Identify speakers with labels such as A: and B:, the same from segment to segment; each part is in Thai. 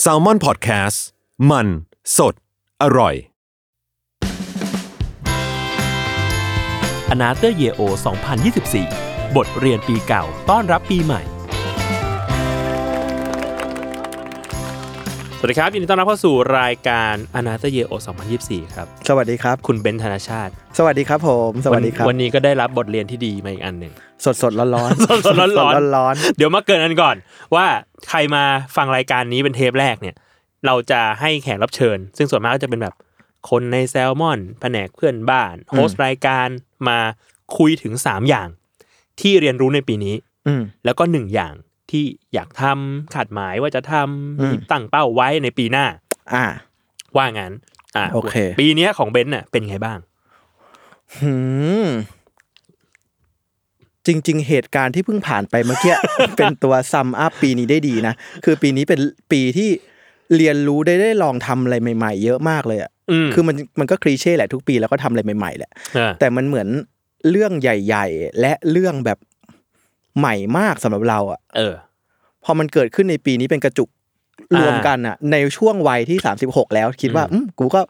A: แซลมอนพอดแคสต์มันสดอร่อย
B: อนาเตอร์เยโอ2024 บทเรียนปีเก่าต้อนรับปีใหม่ สวัสดีครับ ยินดีต้อนรับเข้าสู่รายการอนาเตอร์เยโอ2024 ครับ
C: สวัสดีครับ
B: คุณเบนซ์ธนชาติ
C: สวัสดีครับผม สวัสดีครับ
B: นนี้ก็ได้รับบทเรียนที่ดีมาอีกอันหนึ่ง
C: สดสดร้อนร้อน
B: สดๆร้อนๆ
C: ร้อน
B: เดี๋ยวมาเกรินอันก่อน ว่าใครมาฟังรายการนี้เป็นเทปแรกเนี่ย เราจะให้แขกรับเชิญ ซึ่งส่วนมากก็จะเป็นแบบคนในแซลมอน แผนกเพื่อนบ้านโฮสต์รายการมาคุยถึง 3 อย่าง ที่เรียนรู้ในปีนี้
C: ๆอืม
B: แล้วก็หนึ่งอย่างที่อยากทำขาดหมายว่าจะทำ
C: อืม
B: ตั้งเป้าไว้ในปีหน้า
C: อ่า
B: ว่างั้นอ่ะ
C: โอเค
B: ปีเนี้ยของเบนซ์น่ะเป็นไงบ้าง
C: หืมจริง ๆ เหตุการณ์ที่เพิ่งผ่านไปเมื่อกี้ เป็นตัวซัมอัพปีนี้ได้ดีนะ คือปีนี้เป็นปีที่เรียนรู้ได้ได้ลองทำอะไรใหม่ ๆ เยอะมากเลยอ่ะ
B: อืม
C: คือมันมันก็คลีเช่แหละทุกปีแล้วก็ทำอะไรใหม่ๆแหละ
B: เออ
C: แต่มันเหมือนเรื่องใหญ่ ๆ และเรื่องแบบใหม่มากสำหรับเราอ่ะ
B: เออ
C: พอมันเกิดขึ้นในปีนี้เป็นกระจุก
B: อ่าร ร
C: วมกันอ่ะ ในช่วงวัยที่ 36 แล้วคิดว่าอืมกูก็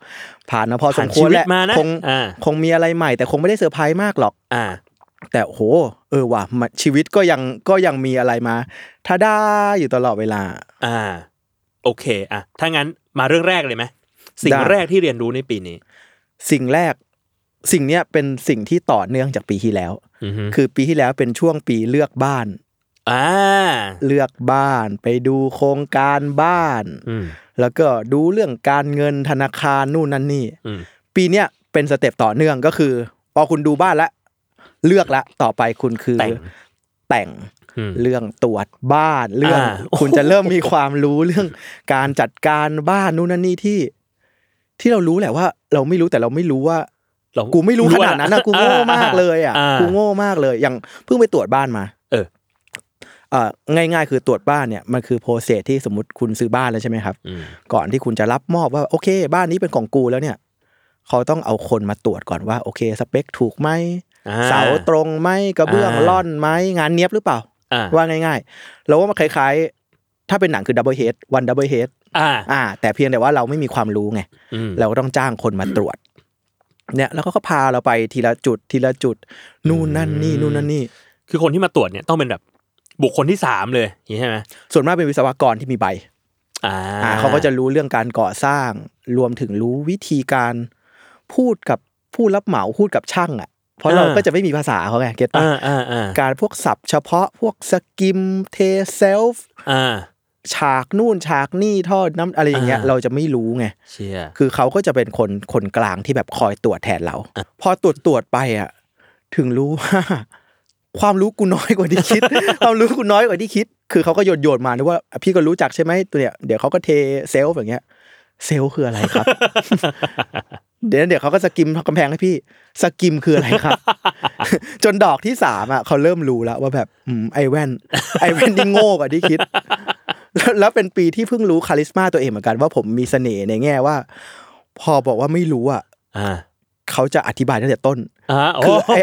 C: ผ่านมาพอส
B: ผ่าน
C: มควร
B: ชีวิต
C: แล้ว
B: มานะ
C: คง
B: อ่า
C: คงมีอะไรใหม่ แต่คงไม่ได้เซอร์ไพรส์มากหรอก
B: อ่า
C: แต่โห เออว่ะมันชีวิตก็ยังก็ยังมีอะไรมาท้าด้าอยู่ตลอดเวลา
B: อ่า โอเคอ่ะถ้างั้นมาเรื่องแรกเลยไหมสิ่ง
C: ได้
B: แรกที่เรียนรู้ในปีนี้
C: สิ่งแรก สิ่งเนี้ยเป็นสิ่งที่ต่อเนื่องจากปีที่แล้ว
B: อือฮึ
C: คือปีที่แล้วเป็นช่วงปีเลือกบ้าน
B: อ่า
C: เลือกบ้าน ไปดูโครงการบ้าน
B: อืม
C: แล้วก็ดูเรื่องการเงินธนาคารนู่นนั่นนี่
B: อืม
C: ปีเนี้ยเป็นสเต็ปต่อเนื่องก็คือ พอคุณดูบ้านละเลือกละต่อไปคุณคือ
B: แต่ง
C: แต่ง
B: อืม
C: เรื่องตรวจบ้านเรื่อง
B: อ่า
C: คุณจะเริ่มมีความรู้เรื่อง การจัดการบ้านนู่นนั่นนี่ที่ ที่เรารู้แหละว่า เราไม่รู้แต่เราไม่รู้ว่า
B: เรา
C: กูไม่รู้ข
B: อะ
C: นาดนั้นนะกูโง่มากเลยอ่ะกูโง่มากเลย อย่างเพิ่งไปตรวจบ้านมา
B: เออ
C: เอ่อง่ายๆ คือตรวจบ้านเนี่ยมันคือโปรเซสที่สมมติคุณซื้อบ้านแล้วใช่ไหมครับ
B: อืม
C: ก่อนที่คุณจะรับมอบว่าโอเค บ้านนี้เป็นของกูแล้วเนี่ย เขาต้องเอาคนมาตรวจก่อนว่า โอเค สเปคถูกไหม
B: อ่
C: เสาตรงไหมกระเบื้อง
B: อ่า
C: ล่อนไหมงานเนี้ยบหรือเปล่า
B: อ่า
C: ว่าง่ายๆเราว่ามันคล้ายๆ ถ้าเป็นหนังคือดับเบิลเฮดวันดับเบิลเฮด
B: อ่า
C: อ่า แต่เพียงแต่ว่าเราไม่มีความรู้ไง
B: อืม
C: เราก็ต้องจ้างคนมาตรวจ เนี่ย แล้วเขาก็พาเราไปทีละจุดทีละจุด นู่นนั่นนี่นู่นนั่นนี่
B: คือคนที่มาตรวจเนี่ยต้องเป็นแบบบุคคลที่สามเลยอย่างนี้ใช่ไหม
C: ส่วนมากเป็นวิศวกรที่มีใบ
B: อ่า
C: อ่าเขาก็จะรู้เรื่องการก่อสร้าง รวมถึงรู้วิธีการพูดกับผู้รับเหมาพูดกับช่างอ่ะ เพราะเรา
B: อ่า
C: ก็จะไม่มีภาษาเขาไงเก็ตปะ
B: อ่าอ่าอ่า
C: การพวกศัพท์เฉพาะพวกสกิมเทเซลฟ์
B: อ่า
C: ฉากนู่นฉากนี่ทอดน้ำอะไรอย่างเงี้ย
B: อ่า
C: เราจะไม่รู้ไง
B: เชีย
C: คือเขาก็จะเป็นคนคนกลางที่แบบคอยตรวจแทนเรา พอตรวจตรวจไปอ่ะถึงรู้ว่า ความรู้กูน้อยกว่าที่คิด ความรู้กูน้อยกว่าที่คิด คือเขาก็โยนโยนมานะว่า พี่ก็รู้จักใช่ไหมตัวเนี่ยเดี๋ยวเขาก็เทเซลฟ์อย่างเงี้ย เซลฟ์คืออะไรครับ เดี๋ยวเดี๋ยวเขาก็สกิมกำแพงให้พี่สกิมคืออะไรครับ จนดอกที่สามอ่ะเขาเริ่มรู้แล้วว่าแบบอืมไอแว่น ไอแว่นที่โง่กว่าที่คิด แล้วแล้วเป็นปีที่เพิ่งรู้คาลิสมาตัวเองเหมือนกันว่าผมมีเสน่ห์ในแง่ว่า พอบอกว่าไม่รู้อ่ะ
B: อ่า
C: เขาจะอธิบายตั้งแต่ต้น
B: อ่าโอ้
C: คือไอ้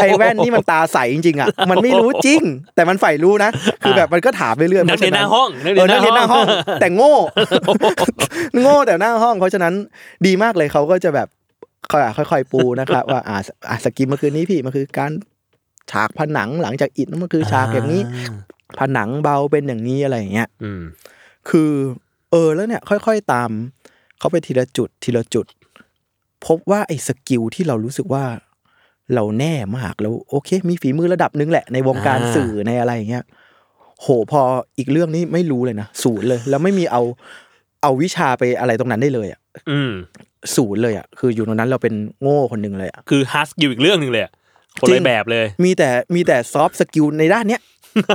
C: ไอแว่นนี่มันตาใสจ ริงๆอ่ะมันไม่รู้จริง แต่มันใฝ่รู้นะ คือแบบมันก็ถามไปเรื่อย
B: นักเรียนหน้าห้อง
C: เออนักเรียนหน้าห้อง แต่โง่ โง่แต่หน้าห้อง เพราะฉะนั้นดีมากเลยเขาก็จะแบบค่อยๆปูนะครับ ว่าอ่าอ่าสกิมเมื่อคืนนี้พี่มันคือการฉากผนังหลังจากอิฐมันคือฉากอย่างนี้ ผนังเบาเป็นอย่างนี้อะไรอย่างเงี้ย
B: อืม
C: คือเออแล้วเนี่ยค่อยๆตามเขาไปทีละจุดทีละจุด พบว่าไอ้สกิลที่เรารู้สึกว่าเราแน่มากแล้วโอเค มีฝีมือระดับหนึงแหละ ในวงการ
B: อ่า
C: สื่อในอะไรอย่างเงี้ยโหพออีกเรื่องนี้ไม่รู้เลยนะศูนย์เลย แล้วไม่มีเอาเอาวิชาไปอะไรตรงนั้นได้เลยอ่ะ
B: อืม
C: ศูนย์เลยอ่ะคืออยู่ตรงนั้นเราเป็นโง่คนหนึ่งเลยอ่ะ
B: คือฮาร์ดสกิลอีกเรื่องหนึ่งเลยอะคน
C: จริ
B: ละ
C: ง
B: แบบเลย
C: มีแต่มีแต่ซอฟต์สกิลใน ด้านเนี้ย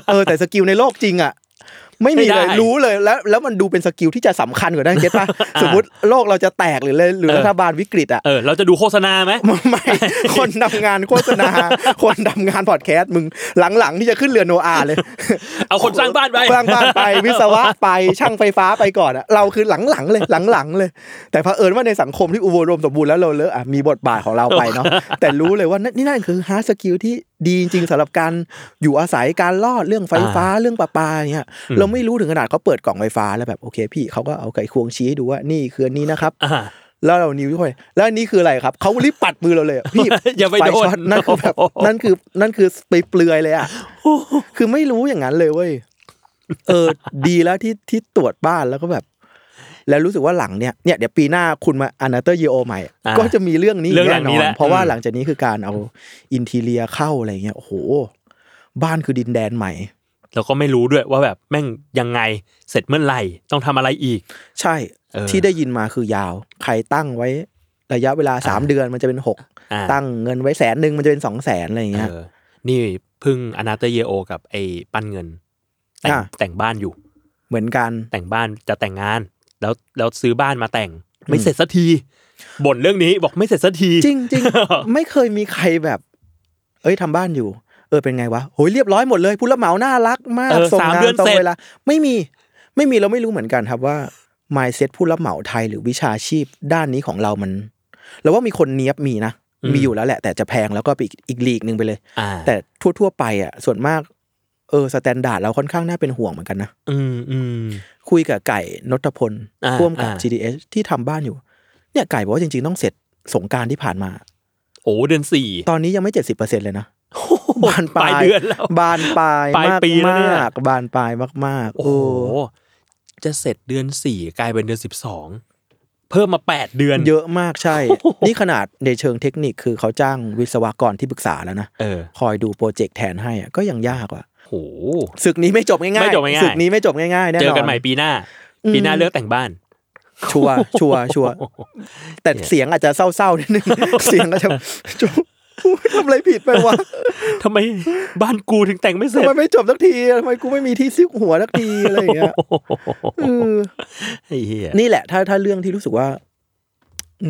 C: เออแต่สกิลในโลกจริงอ่ะ ไม่มีเลย
B: ไม่ได้
C: รู้เลยแล้วแล้วมันดูเป็นสกิลที่จะสำคัญกว่านั้นเก็ต ป่ะ สมมติโลกเราจะแตกหรือเลยหรือ
B: เออ
C: รัฐบาลวิกฤตอ่ะ
B: เออ เราจะดูโฆษณา ไหม
C: ไม่ คนทำงานโฆษณา คนทำงานพอดแคสต์มึงหลังๆที่จะขึ้นเรือโนอาเลย
B: เอาคนสร้างบ้านไป
C: สร้างบ้านไปวิศวะไปช่างไฟฟ้าไปก่อนอะเราคือหลังๆเลยหลังๆเลย แต่เผอิญว่าในสังคมที่อุบลรมสมบูรณ์แล้วเราเลอะอะมีบทบาทของเราไปเนาะแต่รู้เลยว่านั่นนี่นั่นคือฮาร์ดสกิลที่ดีจริงๆสำหรับการอยู่อาศัยการรอดเรื่องไฟฟ้าเรื่องประปาเนี่ยเราไม่รู้ถึงขนาดเขาเปิดกล่องไฟฟ้าแล้วแบบโอเคพี่เขาก็เอาไขควงชี้ให้ดูว่านี่คืออันนี้นะครับ
B: อ่า
C: แล้วเรานิ้วทุกคนแล้วอันนี้คืออะไรครับเขารีบปัดมือเราเลยอะ พี่
B: อย่าไปโดน
C: ฟช็อตนั่นคือแบบนั่นคือนั่นคือไปเปลือยเลยอ่ะคือไม่รู้อย่างนั้นเลยเว้ยเออ ดีแล้วที่ที่ตรวจบ้านแล้วก็แบบ แล้วรู้สึกว่าหลังเนี่ยเนี่ยเดี๋ยวปีหน้าคุณมาอนาเตอร์ยโอใหม่
B: อ่า
C: ก็จะมีเรื่องนี้
B: เรื่องหลัง
C: แน่น
B: นี้
C: อน
B: แหละ
C: เพราะว่า
B: อืม
C: หลังจากนี้คือการเอาอินทีเลียเข้าอะไรเงี้ยโอ้โห บ้านคือดินแดนใหม่
B: แล้วก็ไม่รู้ด้วยว่าแบบแม่งยังไงเสร็จเมื่อไหร่ต้องทำอะไรอีก
C: ใช่
B: เออ
C: ที่ได้ยินมาคือยาว ใครตั้งไว้ระยะเวลาสามเดือนมันจะเป็นหก
B: อ่า
C: ตั้งเงินไว้แสนหนึ่งมันจะเป็นสองแสนอะไรอย่างเงี้ย
B: เออ นี่เพึ่งอนาเตเยโอ กับไอ้ปั้นเงิน แต่ง
C: อ่า
B: แต่งบ้านอยู่
C: เหมือนกัน
B: แต่งบ้านจะแต่งงาน แล้วแล้วซื้อบ้านมาแต่ง ไม่เสร็จสักทีบ่นเรื่องนี้บอกไม่เสร็จสักที
C: จริง จริง ไม่เคยมีใครแบบ เอ้ยทำบ้านอยู่ เออเป็นไงวะโหยเรียบร้อยหมดเลยผู้รับเหมาน่ารักมาก
B: เออ
C: ส่ง
B: สาม
C: งาน
B: เดือน
C: ตรง
B: เสร็จ
C: เวลาไม่มีไม่มีเราไม่รู้เหมือนกันครับว่า mindset ผู้รับเหมาไทยหรือวิชาชีพด้านนี้ของเรามันเราว่ามีคนเนี้ยบมีนะมีอยู่แล้วแหละ แต่จะแพงแล้วก็ไปอีกอีกลีกหนึ่งไปเลย
B: อ่า
C: แต่ทั่ว ๆ ไปอ่ะ ส่วนมากเออสแตนดาร์ดเราค่อนข้างน่าเป็นห่วงเหมือนกันนะ
B: อืมอืม
C: คุยกับไก่นตพล
B: อ่า
C: พ่วมกับ
B: อ่า
C: GDS ที่ทำบ้านอยู่ เนี่ยไก่บอกว่าจริง ๆ ต้องเสร็จสงกรารที่ผ่านมา
B: โอ้เดือนสี่
C: ตอนนี้ยังไม่เจ็ดสิบเปอร์เซ็นเลยนะ บาน
B: ป
C: ปลา
B: ลาย ยเดือนแล้ว
C: บานปลาย
B: ปลายปีแล้วเนี่ย
C: มากๆบานปลายมากๆ
B: โอ้โหจะเสร็จเดือนสี่กลายเป็นเดือนสิบสองเพิ่มมาแปดเดือน
C: เยอะมากใช่ นี่ขนาดในเชิงเทคนิคคือเขาจ้างวิศวกรที่ปรึกษาแล้วนะ
B: เออ
C: คอยดูโปรเจกต์แทนให้อะก็ยังยากว่ะ
B: โห
C: ศึกนี้ไม่จบง่ายๆ
B: ไม่จบง่ายๆ
C: ศึกนี้ไม่จบง่ายๆแน่นอน
B: เจอกันใหม่ปีหน้า
C: อืม
B: ปีหน้าเลือกแต่งบ้าน
C: ชัวร์ชัวร์ชัวร์แต่เสียงอาจจะเศร้าๆนิดนึง เสียงอาจจะจุ๊บอุ๊ยทำอะไรผิดไปวะ
B: ทำไมบ้านกูถึงแต่งไม่เส
C: ทำ
B: ร็จ
C: ไมไม่จบสักทีทำไมกูไม่มีที่ซิกหัวสักทีอะไรอย่างเงี้ยเออ
B: ไอ้เหี้ย
C: นี่แหละ ถ้าถ้าเรื่องที่รู้สึกว่า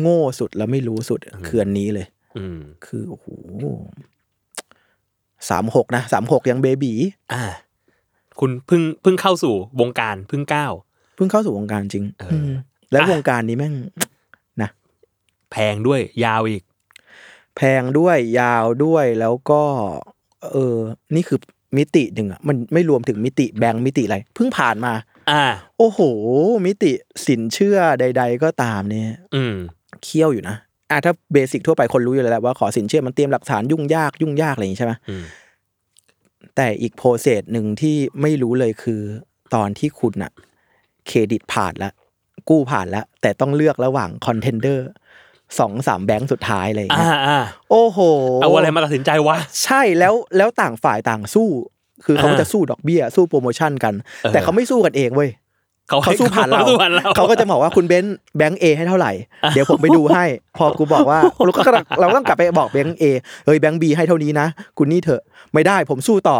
C: โง่สุดแล้วไม่รู้สุดคืออันนี้เลย
B: อืม
C: คือโอ้โหสามหกนะสามหกยังเบบี
B: อ่า คุณเพิ่งเพิ่งเข้าสู่วงการเพิ่งก้าว
C: เพิ่งเข้าสู่วงการจริง
B: เอออื
C: มแล้ววงการนี้แม่ง
B: แพงด้วยยาวอีก
C: แพงด้วยยาวด้วยแล้วก็ เออ นี่คือมิติหนึ่งอะมันไม่รวมถึงมิติแบงก์มิติอะไรเพิ่งผ่านมา
B: อ่า
C: โอ้โห มิติสินเชื่อใด ๆ ก็ตามเนี่ย
B: อืม
C: เคี่ยวอยู่นะอ่ะถ้าเบสิกทั่วไปคนรู้อยู่แล้วแหละว่าขอสินเชื่อมันเตรียมหลักฐานยุ่งยากยุ่งยากอะไรอย่างนี้ใช่ไหม
B: อืม
C: แต่อีกโปรเซสหนึ่งที่ไม่รู้เลยคือตอนที่คุณอะเครดิตผ่านแล้ว กู้ผ่านแล้ว แต่ต้องเลือกระหว่างคอนเทนเดอร์สองสามแบงก์สุดท้ายอะไรอย่าง
B: อ่า
C: เงี้ย
B: อ่า
C: โอ้โห
B: เอาอะไรมาตัดสินใจวะ
C: ใช่แล้วแล้วต่างฝ่ายต่างสู้ คือเขาก็
B: อ่า
C: จะสู้ดอกเบี้ย สู้โปรโมชั่นกัน
B: เออ
C: แต่เขาไม่สู้กันเองเว้ย
B: เขา
C: เขา
B: ให้
C: สู้ผ่านเรา
B: เขาสู้ผ่านเรา
C: เขาก็จะบอกว่าคุณเบนซ์แบงก์เอให้เท่าไหร่ เดี๋ยวผมไปดูให้ พอกูบอก ว่าเราก็เราก็ต้องกลับไปบอกแบงก์เอเฮ้ยแบงก์บีให้เท่านี้นะคุณนี่เถอะไม่ได้ผมสู้ต่อ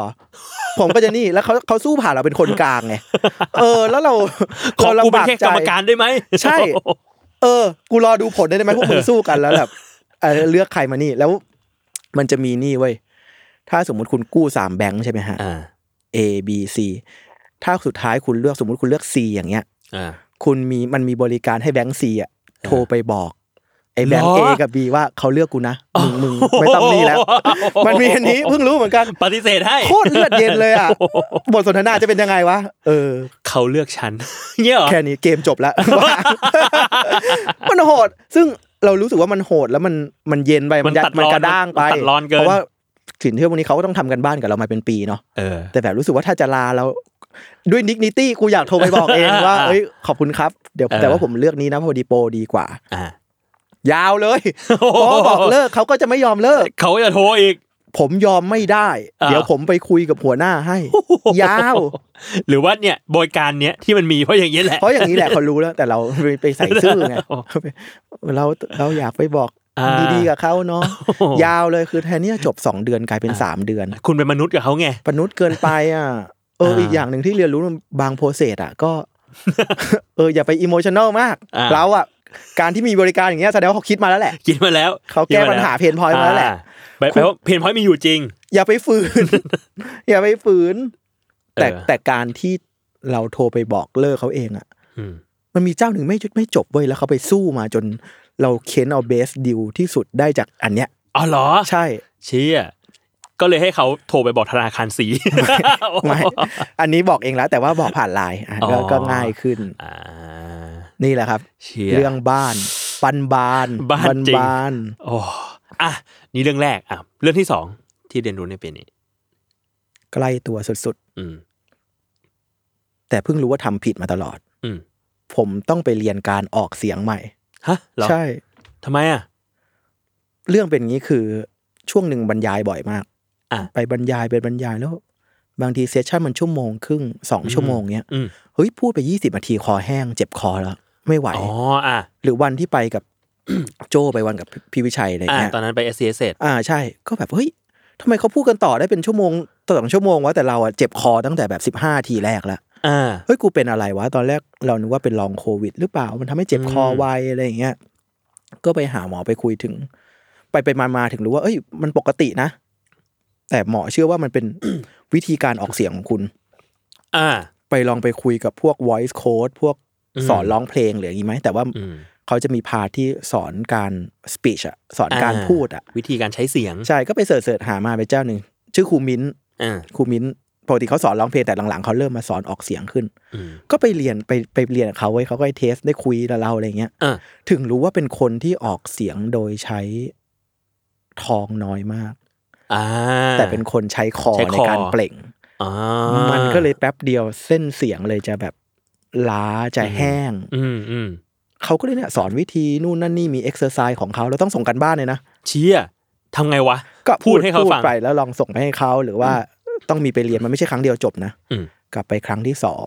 C: ผมก็จะนี่แล้วเขาเขาสู้ผ่านเราเป็นคนกลางไงเออ แล้วเรา
B: ขอ
C: เรา
B: กูเป็น
C: ลำบาก
B: แค่
C: ใจ
B: กรรมการได้ไหม
C: ใช่ เออ กูรอดูผลได้ไหมพวกมึงสู้กันแล้วแบบเออเลือกใครมานี่ แล้วมันจะมีนี่เว้ย ถ้าสมมุติคุณกู้สามแบงค์ใช่ไหมฮะ
B: อ่า
C: A B C ถ้าสุดท้ายคุณเลือกสมมุติคุณเลือก C อย่างเงี้ย
B: อ่า
C: คุณมีมันมีบริการให้แบงค์ C อ่ะโทรไปบอกไอ้แบงค์
B: หร
C: A
B: อ
C: กับ B ว่าเขาเลือกกูนะ มึงมึงไม่ต้องนี่แล้ว มันมีอันนี้เพิ่งรู้เหมือนกัน
B: ปฏิเสธให้
C: โคตรเลือดเย็นเลยอ่ะ บทสนทนาจะเป็นยังไงวะ เออ
B: เขาเลือกฉัน เงี้ยเหรอ
C: แค่นี้เกมจบแล้ว มันโหด ซึ่งเรารู้สึกว่ามันโหดแล้วมันมันเย็นไป
B: มันตัด
C: มันกระ
B: ร้อน
C: ด้างไป
B: มันตัดร้อนเกิน
C: เพราะว่า สินเชื่อพวกนี้เขาก็ต้องทำกันบ้านกับเรามาเป็นปีเนาะ
B: เออ
C: แต่แบบรู้สึกว่าถ้าจะลาเราด้วยนิกนิตี้กูอยากโทรไปบอก เองว่าเอ้ยขอบคุณครับเดี๋ยว
B: เออ
C: แต่ว่าผมเลือกนี้นะพอดีโปรดีกว่า
B: อ่าย
C: าวเลย พอบอกเลิกเขาก็จะไม่ยอมเลิก
B: เขาจะโทรอีก
C: ผมยอมไม่ได้
B: อ่า
C: เดี๋ยวผมไปคุยกับหัวหน้าให้ ยาว
B: หรือว่าเนี่ยบริการเนี้ยที่มันมีเพราะอย่างนี้ยแหละ
C: เพราะอย่างนี้แหละเขารู้แล้ว แต่เราไปไปใส่ซื่ อไง
B: โอ้
C: เราเราอยากไปบอก
B: อ่า
C: ดีๆกับเขาเนาะ
B: โอ้
C: ยาวเลยคือแทนที่จะจบ 2 เดือนกลายเป็น 3 เดือน
B: คุณเป็นมนุษย์กับเขาไง
C: ปนุษย์เกินไปอ่ะเออ
B: อ่า
C: อีกอย่างหนึ่งที่เรียนรู้มันบางโปรเซสอ่ะก็ เอออย่าไปอิโมชัน a ลมาก
B: อ่า
C: เราอ่ะการที่มีบริการอย่างเงี้ยแสดงว่าเขาคิดมาแล้วแหละ
B: กินมาแล้ว
C: เขาแก้ปัญหาเพนพอยต์มาแล้วแหละ
B: ไปไปว่าเพนพอยต์มีอยู่จริง
C: อย่าไปฝืน อย่าไปฝืน แต่
B: เออ
C: แต่การที่เราโทรไปบอกเลิกเขาเองอ่ะ
B: อืม
C: มันมีเจ้าหนึ่งไม่ยุดไม่จบเว้ยแล้วเขาไปสู้มาจนเราเค้นเอาเบสดิวที่สุดได้จากอันเนี้ย
B: อ๋อเหรอ
C: ใช่
B: เชี่ยก็เลยให้เขาโทรไปบอกธนาคารสี
C: ไม่อันนี้บอกเองแล้ว แต่ว่าบอกผ่านไลน์อ่ะ
B: อ๋
C: ก็
B: อ
C: ก็ง่ายขึ้น
B: อ่า
C: นี่แหละครับ
B: เชี่ย
C: เรื่องบ้านปันบาน
B: บ้านจริง
C: บาน
B: โอ้อะนี่เรื่องแรกอ่ะเรื่องที่สองที่เรียนรู้ในปีนี้
C: ใกล้ตัวสุด
B: อืม
C: ๆ แต่เพิ่งรู้ว่าทำผิดมาตลอด
B: อืม
C: ผมต้องไปเรียนการออกเสียงใหม่
B: ฮะเหรอ
C: ใช่
B: ทำไมอ่ะ
C: เรื่องเป็นอย่างนี้คือช่วงหนึ่งบรรยายบ่อยมาก
B: อ่ะ
C: ไปบรรยายไปบรรยายแล้ว บางทีเซสชั่นมันชั่วโมงครึ่งสองชั่วโมงเนี้ย
B: อืม
C: เฮ้ยพูดไปยี่สิบนาทีคอแห้งเจ็บคอแล้ว ไม่ไหว
B: อ๋ออ่ะ
C: หรือวันที่ไปกับ โจไปวันกับพี่วิชัยอะไร
B: อ่ะ
C: เงี้ย
B: ตอนนั้นไป S C S
C: อ่าใช่ ก็แบบเฮ้ยทำไมเขาพูดกันต่อได้เป็นชั่วโมงต่อสองชั่วโมงวะแต่เราอะเจ็บคอตั้งแต่แบบสิบห้าทีแรกแล้ว
B: อ่า
C: เฮ้ยกูเป็นอะไรวะ ตอนแรกเรานึกว่าเป็นลองโควิด หรือเปล่ามันทำให้เจ็บคอไวอะไรอย่างเงี้ยก็ไปหาหมอไปคุยถึง ไปไปมามาถึงรู้ว่าเอ้ย มันปกตินะ แต่หมอเชื่อว่ามันเป็น วิธีการออกเสียงของคุณ
B: อ่า
C: ไปลองไปคุยกับพวก voice code พวก
B: อืม
C: สอนร้องเพลงหรืออย่างนี้ไหม แต่ว่า
B: อืม
C: เขาจะมีพาร์ทที่สอนการ speech อะสอนการพูดอะ
B: วิธีการใช้เสียง
C: ใช่ก็ไปเสิร์ชๆหามาไปเจ้าหนึ่ง ชื่อครูมิ้น
B: อ่า
C: ครูมิ้นปกติเขาสอนร้องเพลงแต่หลังๆเขาเริ่มมาสอนออกเสียงขึ้น
B: อืม
C: ก็ไปเรียนไปไปเรียนกับเขาไว้ยเขาก็ให้เทสได้คุยกับเราอะไรเงี้ย
B: อ่า
C: ถึงรู้ว่าเป็นคนที่ออกเสียงโดยใช้ทองน้อยมาก
B: อ่า
C: แต่เป็นคนใช้คอ
B: ใช้ค
C: ใน
B: อ
C: การเปล่ง
B: อ่า
C: มันก็เลยแป๊บเดียวเส้นเสียงเลยจะแบบล้าจะแห้ง
B: อืมอืม
C: เขาก็เลยเนี่ยสอนวิธีนู่นนั่นนี่มีเอ็กซ์เซอร์ไซส์ของเขาเราต้องส่งกันบ้านเลยนะ
B: เชี่ยทำไงวะ
C: ก็
B: พูดให้เขา
C: พูด
B: ฟัง
C: ไปแล้วลองส่งไปให้เขาหรือว่าต้องมีไปเรียนมันไม่ใช่ครั้งเดียวจบนะ
B: อืม
C: กลับไปครั้งที่สอง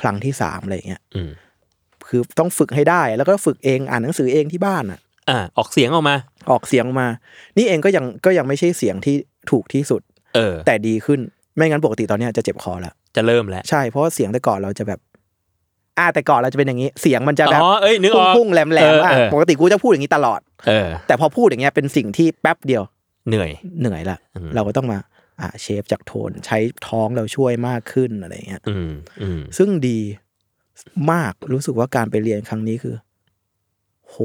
C: ครั้งที่สามอะไรอย่างเงี้ย
B: อืม
C: คือต้องฝึกให้ได้แล้วก็ฝึกเองอ่านหนังสือเองที่บ้านอ่ะ
B: อ่าออกเสียงออกมา
C: ออกเสียงมา นี่เองก็ยังก็ยังไม่ใช่เสียงที่ถูกที่สุด
B: เออ
C: แต่ดีขึ้นไม่งั้นปกติตอนเนี้ยจะเจ็บคอละ
B: จะเริ่มแล้ว
C: ใช่เพราะว่าเสียงแต่ก่อนเราจะแบบ อ่าแต่ก่อนเราจะเป็นอย่างนี้ เสียงมันจะแบบ
B: อ๋อเอ้ยนึกออก
C: พุ่งๆแหลมๆอ่ะ
B: เออ
C: ปกติกูจะพูดอย่างนี้ตลอด
B: เออ
C: แต่พอพูดอย่างเงี้ยเป็นสิ่งที่แป๊บเดียว
B: เหนื่อย
C: เหนื่อยละ
B: อืม
C: เราก็ต้องมาอ่ะเชฟจากโทนใช้ท้องเราช่วยมากขึ้นอะไรเงี้ย
B: อืมอืม
C: ซึ่งดีมากรู้สึกว่าการไปเรียนครั้งนี้คือ โห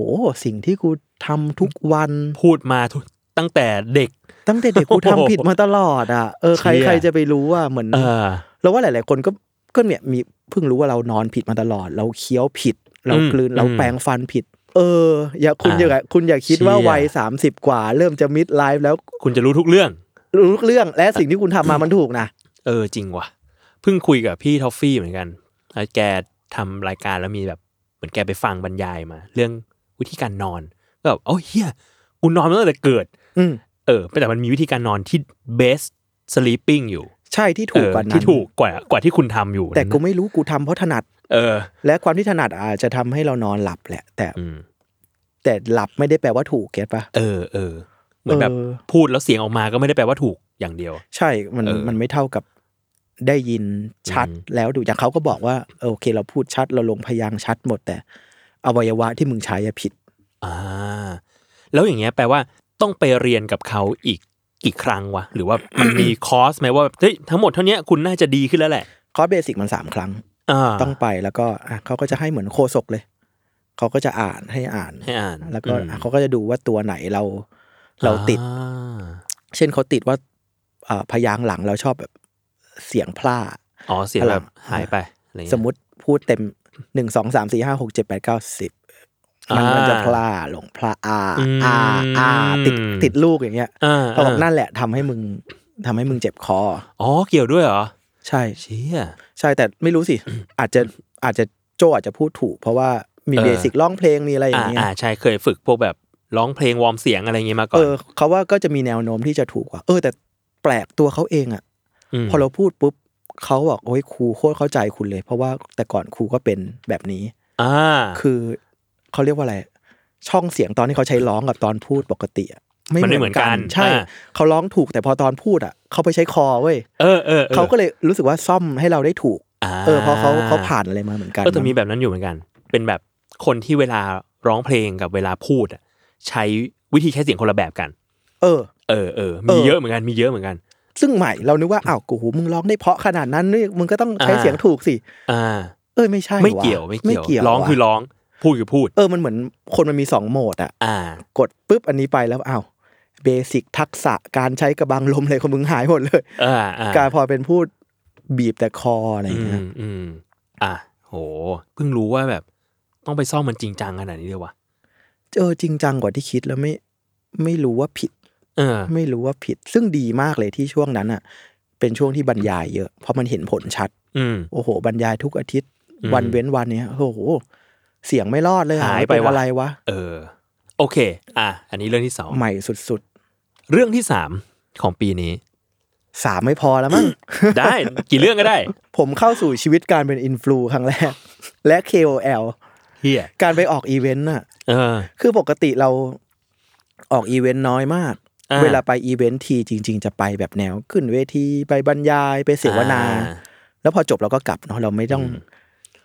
C: สิ่งที่กูทำทุกวัน
B: พูดมาทุกตั้งแต่เด็ก
C: ตั้งแต่เด็กกู
B: โอ้
C: ทำ
B: โห
C: ผิดมาตลอดอ่ะเออใคร
B: เชี่ย
C: ใครจะไปรู้ว่าเหมือน
B: เออ
C: เราว่าหลาย ๆ คนก็ก็เนี่ยมีเพิ่งรู้ว่าเรานอนผิดมาตลอด เราเคี้ยวผิด เรา
B: อืม
C: กลืนเรา
B: อืม
C: แปรงฟันผิด เออ อย่าคุณ
B: อ่า
C: อย่าคุณอย่าคิดว่า
B: เชี่ย
C: วัยสามสิบกว่า เริ่มจะมิดไลฟ์แล้ว
B: คุณจะรู้ทุกเรื่อง
C: รู้ทุกเรื่องและสิ่งที่คุณทำมา มันถูกนะ
B: เออจริงว่ะเพิ่งคุยกับพี่ทอฟฟี่เหมือนกันแล้วแกทำรายการแล้วมีแบบ เหมือนแกไปฟังบรรยายมา เรื่องวิธีการนอน ก็แบบโอ้ยเฮียกูนอนมาตั้งแต่เกิด
C: อืม
B: เออแต่มันมีวิธีการนอนที่ best sleeping อยู่
C: ใช่ที่ถูกกว่า
B: เออ
C: นั้น
B: ที่ถูกกว่ากว่าที่คุณทำอยู่
C: แต่กู
B: นั่นน่ะ
C: ไม่รู้กูทำเพราะถนัด
B: เออ
C: และความที่ถนัดอาจจะทำให้เรานอนหลับแหละ แต่
B: อืม
C: แต่หลับไม่ได้แปลว่าถูกเก็ตปะ
B: เออเออเหมือนแบบ
C: เออ
B: พูดแล้วเสียงออกมาก็ไม่ได้แปลว่าถูกอย่างเดียว
C: ใช่มัน
B: เออ
C: มันไม่เท่ากับได้ยินชัด
B: อืม
C: แล้วดูอย่างเขาก็บอกว่าเออโอเค เราพูดชัดเราลงพยางค์ชัดหมด แต่อวัยวะที่มึงใช้อะผิด
B: อ่า แล้วอย่างเงี้ยแปลว่าต้องไปเรียนกับเขาอีกกี่ครั้งวะ หรือว่า มันมี คอร์สไหมว่าแบบเฮ้ยทั้งหมดเท่าเนี้ยคุณน่าจะดีขึ้นแล้วแหละ
C: คอร์สเบสิกมันสามครั้ง
B: อ่า
C: ต้องไปแล้วก็อ่ะเขาก็จะให้เหมือนโคศกเลย เขาก็จะอ่านให้อ่าน
B: ให้อ่าน
C: แล้วก็
B: อืม
C: อ่ะเขาก็จะดูว่าตัวไหนเราเราติด
B: อ่า
C: เช่นเขาติดว่าอ่าพยางค์หลังเราชอบแบบเสียงพล่า
B: อ๋อเสียง
C: พลัง
B: แบบหายไปอะไรเงี้ย
C: สมมติพูดเต็มหนึ่งสองสามสี่ห้าหกเจ็ดแปดเก้าสิบ มัน
B: อ่ามั
C: มันจะพลาหลงพลาอา
B: อืม
C: อาอาติดติดลูกอย่างเงี้ย
B: อ่า
C: เขาบอกนั่นแหละทำให้มึงทำให้มึงเจ็บคอ
B: อ๋อเกี่ยวด้วยเหรอ
C: ใช่
B: เชี่ย
C: ใช่แต่ไม่รู้สิ อาจจะอาจจะโจอาจจะพูดถูก เพราะว่ามี
B: เออ
C: เบสิกร้องเพลงมีอะไรอย่างเงี้ย
B: อ่าใช่เคยฝึกพวกแบบร้องเพลงวอร์มเสียงอะไรเงงี้ยมาก่อ
C: เอน อเขาว่าก็จะมีแนวโน้มที่จะถูกกว่า เออ แต่แปลกตัวเขาเองอ่ะ
B: ม
C: พอเราพูดปุ๊บเขาบอกโอ้ยครูโคตรเข้าใจคุณเลย เพราะว่าแต่ก่อนครูก็เป็นแบบนี้
B: อ่า
C: คือเขาเรียกว่าอะไร ช่องเสียงตอนที่เขาใช้ร้องกับตอนพูดปกติอะ
B: มันไม่เหมือนกัน
C: ใช่
B: อ่า
C: เขาร้องถูกแต่พอตอนพูดอ่ะเขาไปใช้คอเว้ย
B: เออเออออ
C: เขาก็เลยรู้สึกว่าซ่อมให้เราได้ถูก
B: า
C: เออเพราะเขาเขาผ่านอะไรมาเหมือนกัน
B: ก็จะมีแบบนั้นอยู่เหมือนกัน เป็นแบบคนที่เวลาร้องเพลงกับเวลาพูดอะใช้วิธีใช้เสียงคนละแบบกัน
C: เออ
B: เออเออ
C: เอ
B: มี
C: อ
B: เยอะเหมือนกันมีเยอะเหมือนกัน
C: ซึ่งใหม่เรานึกว่าอ้าวกูหูมึงร้องได้เพราะขนาดนั้นนี่มึงก็ต้องใช้
B: อ่า
C: เสียงถูกสิ
B: อ่า
C: เอ้ยไม่ใช่
B: ไม่
C: ะ
B: เกี่ยวไม่
C: ไม่เกี่ยว
B: ร้อง
C: ว่ะ
B: คือร้องพูดคือพูด
C: เออมันเหมือนคนมันมีสองโหมดอ่ะ
B: อ่า
C: กดปุ๊บอันนี้ไปแล้วอ้าวเบสิกทักษะการใช้กระบังลมอะไรของมึงหายหมดเลย
B: เอออ่า
C: การพอเป็นพูดบีบแต่คออะไรอ
B: อื
C: ย่างเงี้
B: ม
C: ย
B: อืมอ่ะโหเพิ่งรู้ว่าแบบต้องไปซ่อมมันจริงจังขนาดนี้เลยวะ
C: เจอจริงจังกว่าที่คิดแล้วไม่ไม่รู้ว่าผิด
B: เออ
C: ไม่รู้ว่าผิด ซึ่งดีมากเลยที่ช่วงนั้นอ่ะ เป็นช่วงที่บรรยายเยอะ เพราะมันเห็นผลชัด
B: อืม
C: โอ้โห บรรยายทุกอาทิตย์
B: อืม
C: วันเว้นวันเนี้ยโอ้โห เสียงไม่รอดเลยอะ
B: หายไป
C: เน
B: ว่ะ
C: อะไรวะ
B: เออ โอเค อ่ะอันนี้เรื่องที่สอง
C: ใหม่สุด
B: เรื่องที่สามของปีนี้
C: ๆสามไม่พอแล้วมั้ง
B: ได้ กี่เรื่องก็ได้
C: ผมเข้าสู่ชีวิตการเป็นอินฟลูครั้งแรก และ KOL
B: เฮีย
C: การไปออกอีเวนต์น่ะ
B: เออ
C: คือปกติเราออกอีเวนต์น้อยมาก
B: อ่า
C: เวลาไปอีเวนต์ทีจริง ๆ จะไปแบบแนว ขึ้นเวทีไปบรรยายไปเสวนา
B: อ่
C: แล้วพอจบเราก็กลับเนาะเราไม่ต้อง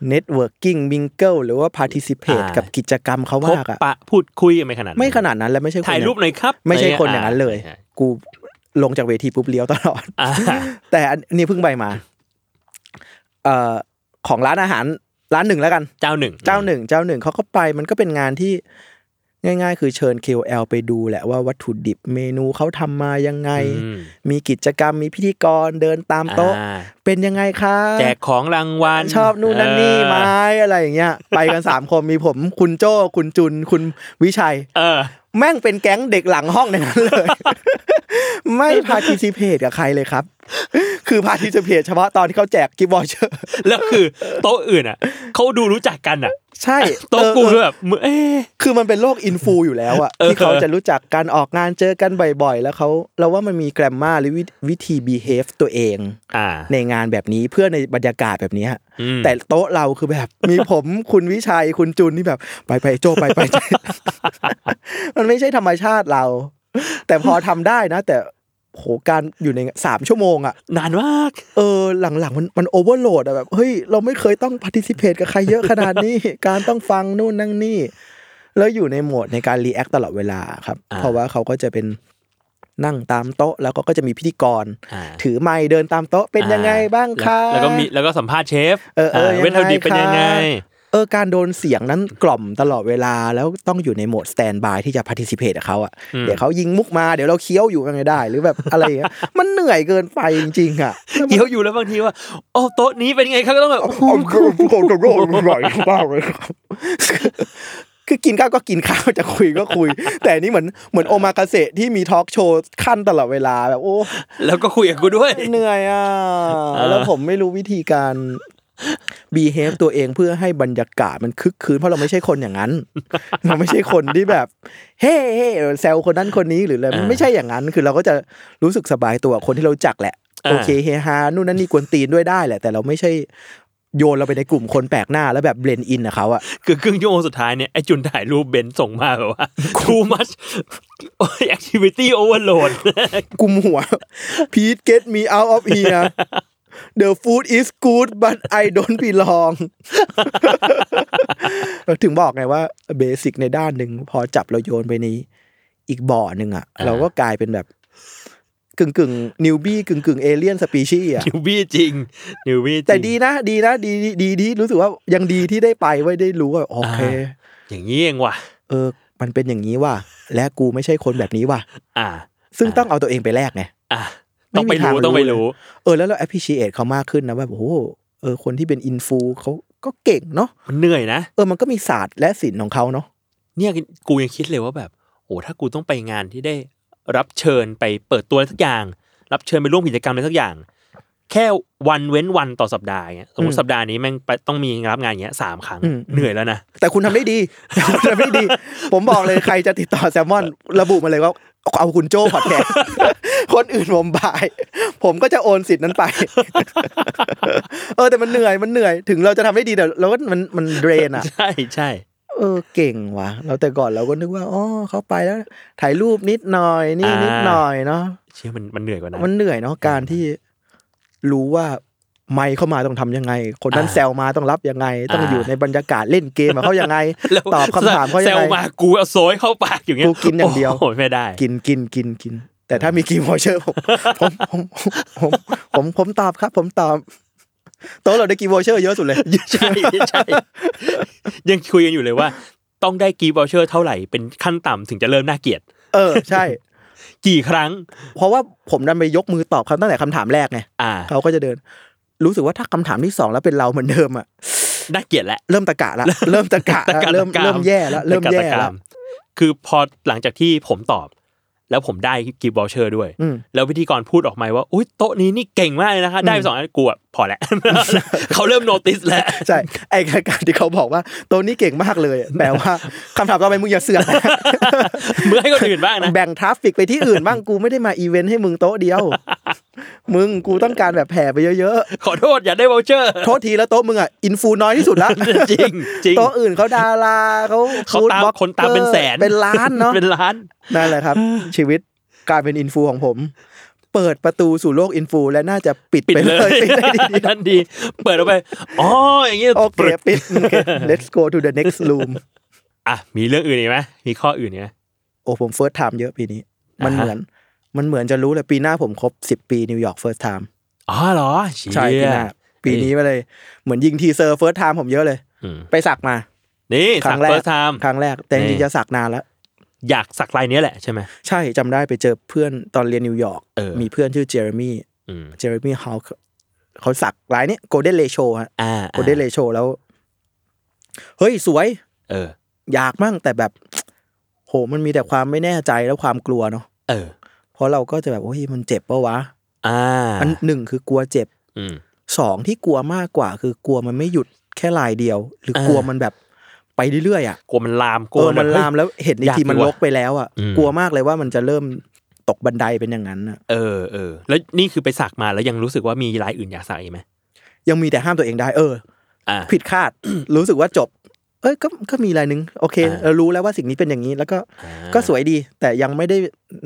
C: เน็ตเวิร์กิ่งมิงเกิลหรือว่าพาร์ทิซิเพตกับกิจกรรมเขา
B: พบ
C: มากอะ
B: ปะพูดคุยไม่ขนาด
C: ไม่ขนาดนั้นและไม่ใช่คน
B: ถ่ายรูปหน่อยครับ
C: ไม่ใช่คนอย่างนั้นเลย
B: ใช่
C: กูลงจากเวทีปุ๊บเลี้ยวตลอด
B: อ่า
C: แต่อันนี้เพิ่งไปมาเอ่อของร้านอาหารร้านหนึ่งแล้วกัน
B: เจ้าหนึ่ง
C: เจ้าหนึ่งเจ้าหนึ่งเขาก็ไปมันก็เป็นงานที่ง่าย ๆ คือเชิญ KOL ไปดูแหละว่าวัตถุดิบเมนูเขาทำมายังไง
B: อืม
C: มีกิจกรรมมีพิธีกรเดินตามโต๊ะ
B: อ่า
C: เป็นยังไงคะ
B: แจกของรางวัล
C: ชอบนู่นนั่นนี่ไหม
B: เออ
C: อะไรอย่างเงี้ย ไปกันสามคนมีผม คุณโจ้คุณจุนคุณวิชัย
B: เออ
C: แม่งเป็นแก๊งเด็กหลังห้องในนั้นเลย ไม่พา t ิ c i เพ e กับใครเลยครับ คือพา t ิ c i เพ e เฉพาะตอนที่เขาแจกกิฟต์วอเชอร์
B: แล้วคือโต๊ะอื่นอ่ะเขาดูรู้จักกันอ่ะ
C: ใช่
B: โต๊ะ
C: เออ
B: กูคือแบบมึงเอ๊ะ
C: คือมันเป็นโลกอินฟูอยู่แล้วอะ
B: เออ
C: ที่เขาจะรู้จักการออกงานเจอกันบ่อยๆ แล้วเขาเราว่ามันมีแกรมมาหรือวิวิธี behave ตัวเอง
B: อ่า
C: ในงานแบบนี้เพื่อในบรรยากาศแบบเนี้ย
B: อืม
C: แต่โต๊ะเราคือแบบ มีผมคุณวิชัยคุณจุนที่แบบ ไปไปโจไป ไป มันไม่ใช่ธรรมชาติเรา แต่พอทำได้นะ แต่โหการอยู่ในสามชั่วโมงอะ
B: นานมาก
C: เออหลังๆมันมันโอเวอร์โหลดอะแบบเฮ้ยเราไม่เคยต้องพาร์ทิซิเพตกับใครเยอะขนาดนี้ การต้องฟังนู่นนั่งนี่ แล้วอยู่ในโหมดในการรีแอคตลอดเวลาครับ เพราะว่าเขาก็จะเป็นนั่งตามโต๊ะ แล้วก็ก็จะมีพิธีกร
B: อ่า
C: ถือไมค์เดินตามโต๊ะเป็นยังไงบ้างคะ
B: แล้วก็มีแล้วก็สัมภาษณ์เชฟ
C: เออเออยังไง
B: เวทเทาดีเป็นยังไง
C: คะ เออการโดนเสียงนั้นกล่อมตลอดเวลาแล้วต้องอยู่ในโหมดสแตนบายที่จะพาร์ทิซิเพตกับเขาอะ
B: อืม
C: เดี๋ยวเขายิงมุกมาเดี๋ยวเราเคี้ยวอยู่ยังไงได้ หรือแบบอะไรอย่างเงี้ยมันเหนื่อยเกินไปจริงๆอะ
B: เดี๋ยวอยู่แล้วบางทีว่าโอ้โต๊ะนี้เป็นไงเขาก็ต้อง แบบ
C: ผมก็ผมก็ร่อยมากเลยครับคือกินข้าวก็กินข้าวจะคุยก็คุย แต่อันนี่เหมือนเหมือนโอมากาเสะที่มีทอล์กโชว์ขั้นตลอดเวลาแบบโอ้
B: แล้วก็คุยกับกูด้วย
C: เหนื่อยอ่ะ
B: เออ
C: แล้วผมไม่รู้วิธีการ behave ตัวเองเพื่อให้บรรยากาศมันคึกคืนเพราะเราไม่ใช่คนอย่าง นั้น เราไม่ใช่คนที่แบบ เฮ้เฮ้แซวคนนั้นคนนี้หรืออะไรมันไม่ใช่อย่างนั้น คือเราก็จะรู้สึกสบายตัวกับคนที่เรารู้จักแหละ
B: อ่า
C: โอเคเฮฮานู่นนั่นนี่กวนตีนด้วยได้แหละ แต่เราไม่ใช่โยนเราไปในกลุ่มคนแปลกหน้าแล้วแบบเบลนอินกับเขาอะ
B: คือครึ่งชั่วโมงสุดท้ายเนี่ยไอจุนถ่ายรูปเบนซ์ส่งมาแบบว่า too much activity overload
C: กลุ่มหัว Pete get me out of here The food is good but I don't belong ถึงบอกไงว่าเบสิกในด้านหนึ่งพอจับเราโยนไปในอีกบ่อหนึ่งอะเราก็กลายเป็นแบบกึ่งกึ่งนิวบี้กึ่งกึ่งเอเลียนสปีชีอะ
B: นิวบี้จริงนิวบี้จริง
C: แต่ดีนะดีนะดีดีดีดีรู้สึกว่ายังดีที่ได้ไปไว้ยได้รู้ว่าโอเค
B: อย่างนี้เองว่ะ
C: เออ มันเป็นอย่างนี้ว่ะและกูไม่ใช่คนแบบนี้ว่ะ
B: อ่า
C: ซึ่ง
B: อ่า
C: ต้องเอาตัวเองไปแลกไง
B: อ่ะ
C: ไม่
B: ต้อง
C: มี
B: ไป
C: ทาง
B: รู้
C: รู้
B: ต้องไปรู้
C: เออแล้วเรา appreciate เขามากขึ้นนะว่าโอ้โหเออคนที่เป็นอินฟูเขาก็เก่งเนาะ
B: มันเหนื่อยนะ
C: เออมันก็มีศาสตร์และศิลป์ของเขาเนาะ
B: เนี่ยกูยังคิดเลยว่าแบบโอ้ถ้ากูต้องไปงานที่ได้รับเชิญไปเปิดตัวอะไรสักอย่าง รับเชิญไปร่วมกิจกรรมอะไรสักอย่าง แค่วันเว้นวันต่อสัปดาห์เงี้ยสมม
C: อื
B: ติ
C: ม
B: สัปดาห์นี้แม่งไปต้องมีรับงานอย่างเงี้ยสามครั้ง
C: อืม
B: เหนื่อยแล้วนะ
C: แต่คุณทำได้ดี คุณทำได้ดี ผมบอกเลยใครจะติดต่อแซลมอน ระบุมาเลยว่าเอาคุณโจ้พอดแคสต์ คนอื่นผมบาย ผมก็จะโอนสิทธิ์นั้นไป เออแต่มันเหนื่อยมันเหนื่อยถึงเราจะทำได้ดีแต่เราก็มันมันเดรนอ่ะ
B: ใช่ใช่
C: เออเก่งว่ะเราแต่ก่อนเราก็นึกว่าอ๋อเขาไปแล้ว ถ่ายรูปนิดหน่อยนี่นิดหน่อยเนาะ
B: เชื่อมันมันเหนื่อยกว่านั้น
C: มันเหนื่อยเนาะการที่รู้ว่าไม่เข้ามาต้องทำยังไง คนนั้น
B: อ่า
C: แซวมาต้องรับยังไง ต้อง
B: อ่า
C: อยู่ในบรรยากาศเล่นเกมกับเขายังไง
B: แล้ว
C: ตอบคำถามเขายั
B: แซ
C: ง
B: ว
C: ไง
B: มากูเอาโซยเข้าปากอย่างเงี้ย
C: กูกินอย่างเดียว
B: โอ้โหไม่ได้
C: กินกินกินกิน แต่ถ้ามีกีมอเชอร์ผมผม ผมผมผมผมตอบครับ ผมตอบโต๊ะเราได้กีมอเชอร์เยอะสุดเลย
B: ใช่ใช่ยังคุยกันอยู่เลยว่า ต้องได้กีบอลเชอร์เท่าไหร่ เป็นขั้นต่ำถึงจะเริ่มน่าเกลียด
C: เออใช่
B: กี่ครั้ง
C: เพราะว่าผมดันไปยกมือตอบคำตั้งแต่คำถามแรกไง
B: อ่า
C: เขาก็จะเดิน รู้สึกว่าถ้าคำถามที่สองแล้วเป็นเราเหมือนเดิมอ่ะ
B: น่าเกลียดแหละ
C: เริ่มตะกะละ เริ่มตะกะ
B: ตะ
C: ละ
B: กะ
C: เริ่ม
B: ตะกาม
C: เริ่มแย่ละเริ่ม
B: ตะกะ
C: แย่
B: ตะกา
C: ละ
B: มคือพอหลังจากที่ผมตอบ แล้วผมได้กีบอลเชอร์ด้วย
C: อืม
B: แล้วพิธีกรพูดออกมาว่าอุ้ยโต๊ะนี้นี่เก่งมากเลยนะคะ ได้ไป
C: อืม
B: สองอันกูอะ พอแล้ว เขาเริ่มโนติสแล้ว
C: ใช่ไอ้การที่เขาบอกว่าโตัวนี้เก่งมากเลยแปลว่าคำถามต่อไปมึงอย่าเสือกนะ
B: เมื่อให้คนอื่น บ้างนะ
C: แบ่งทราฟฟิกไปที่อื่นบ้างกูไม่ได้มาอีเวนต์ให้มึงโต๊ะเดียว มึงกูต้องการแบบแผ่ไปเยอะ
B: ขอโทษอย่าได้บอลเชอร์
C: ๆ โทษทีแล้วโต๊ะมึงอ่ะ อินฟูน้อยที่สุดละ
B: จริงจริง
C: โต๊ะอื่นเขาดาราเขา
B: เขา
C: ฟู้ด
B: ตาม
C: บล็อกกอร์
B: คนตามเป็นแสน
C: เป็นล้านเนาะ
B: เป็นล้าน
C: นั่นแหละครับ ชีวิตการเป็นอินฟูของผม เปิดประตูสู่โลกอินฟูและน่าจะปิด
B: ปิด
C: ไป
B: เล
C: เลยยปิด ได้ดี
B: ทันทีเปิดออกไป อ๋อ อย่างเงี้ย
C: โอเค
B: ปรึก
C: ปิดโอเค let's go to the next room
B: อ่ะ มีเรื่องอื่นอีกไหมมีข้ออื่นอีกไหม
C: โอ้ผมเฟิร์สไทม์เยอะปีนี้ มัน
B: อ่าฮะ
C: เหมือน มันเหมือนจะรู้เลยปีหน้าผมครบสิบปีนิวยอร์กเฟิร์สไทม์
B: อ๋อเหรอเชี่ย
C: ใช่ปีหน้าปีนี้มาเลยเหมือนยิงทีเซอร์เฟิร์สไทม์ผมเยอะเลย
B: อืม
C: ไปสักมา
B: นี่
C: ค
B: สั
C: รั้
B: ก
C: งแรก
B: เฟิร์สไทม์
C: ครั้งแรก แต่จ
B: นี่
C: ริงๆจะสักนานแล้ว
B: อยากสักลายเนี้ยแหละใช่ไหม
C: ใช่จำได้ไปเจอเพื่อนตอนเรียนนิวยอร์ก
B: เออ
C: มีเพื่อนชื่อเจอร์มี่
B: อืม
C: เจอร์มี่ฮาวเขาสักลายเนี้โกลเด้นเลโชฮะ
B: อ่า
C: โกลเด้นเลโชแล้ว เฮ้ย สวย
B: เออ
C: อยากมั่งแต่แบบ โหมันมีแต่ความไม่แน่ใจแล้วความกลัวเนาะ
B: เออ
C: เพราะเราก็จะแบบโอ้ยมันเจ็บปะวะ
B: อ่า
C: อันหนึ่งคือกลัวเจ็บ
B: อืม
C: สองที่กลัวมากกว่า คือกลัวมันไม่หยุดแค่ลายเดียว หรือ
B: เออ
C: กลัวมันแบบไปเรื่อยๆอ่ะ
B: กลัวมันลามกลั
C: เอ
B: ว
C: อมัน
B: แบบ
C: ลามแล้วเห็นอีกที
B: อยาก
C: มัน
B: กลัว
C: ลกไปแล้วอ่ะ
B: อืม
C: กลัวมากเลยว่ามันจะเริ่มตกบันไดเป็นอย่างนั้นอ่ะ
B: เออเออ แล้วนี่คือไปสักมาแล้วยังรู้สึกว่ามีลายอื่นอยากสักอีกไหม
C: ยังมีแต่ห้ามตัวเองได้เออ
B: อ่า
C: ผิดคาด รู้สึกว่าจบ เอ้ยก็ก็มีลายหนึ่งโอเค
B: อ่า
C: เรารู้แล้วว่าสิ่งนี้เป็นอย่างนี้ แล้วก็
B: อ่า
C: ก็สวยดี แต่ยังไม่ได้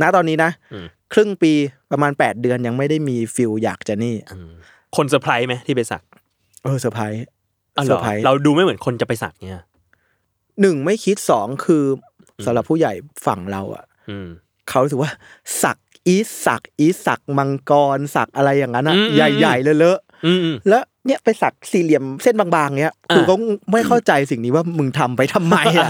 C: ณตอนนี้นะ
B: อืม
C: ครึ่งปีประมาณ 8 เดือนยังไม่ได้มีฟิลอยากจะนี่
B: อืมคนเซอร์ไพรส์ไหมที่ไปสัก
C: เออเซอร์ไพรส์
B: อ๋อ
C: เซ
B: เหร
C: อ
B: อ
C: ร์ไพรส์
B: เราดูไม่เหมือนคนจะไปสักเนี่ย
C: หนึ่งไม่คิดสองคือ
B: อืม
C: สำหรับผู้ใหญ่ฝั่งเราอ่ะ
B: อืม
C: เขารู้สึกว่า สักอีสสักอีสสักมังกร สักอะไรอย่างนั้นอ่ะ
B: อืม
C: ใหญ่ๆเลอะ
B: อืมอืม
C: ๆแล้วเนี่ยไปสักสี่เหลี่ยมเส้นบางๆเนี้ย
B: อ่า
C: คือเขาไม่เข้าใจสิ่งนี้ว่ามึงทำไปทำไมอ่ะ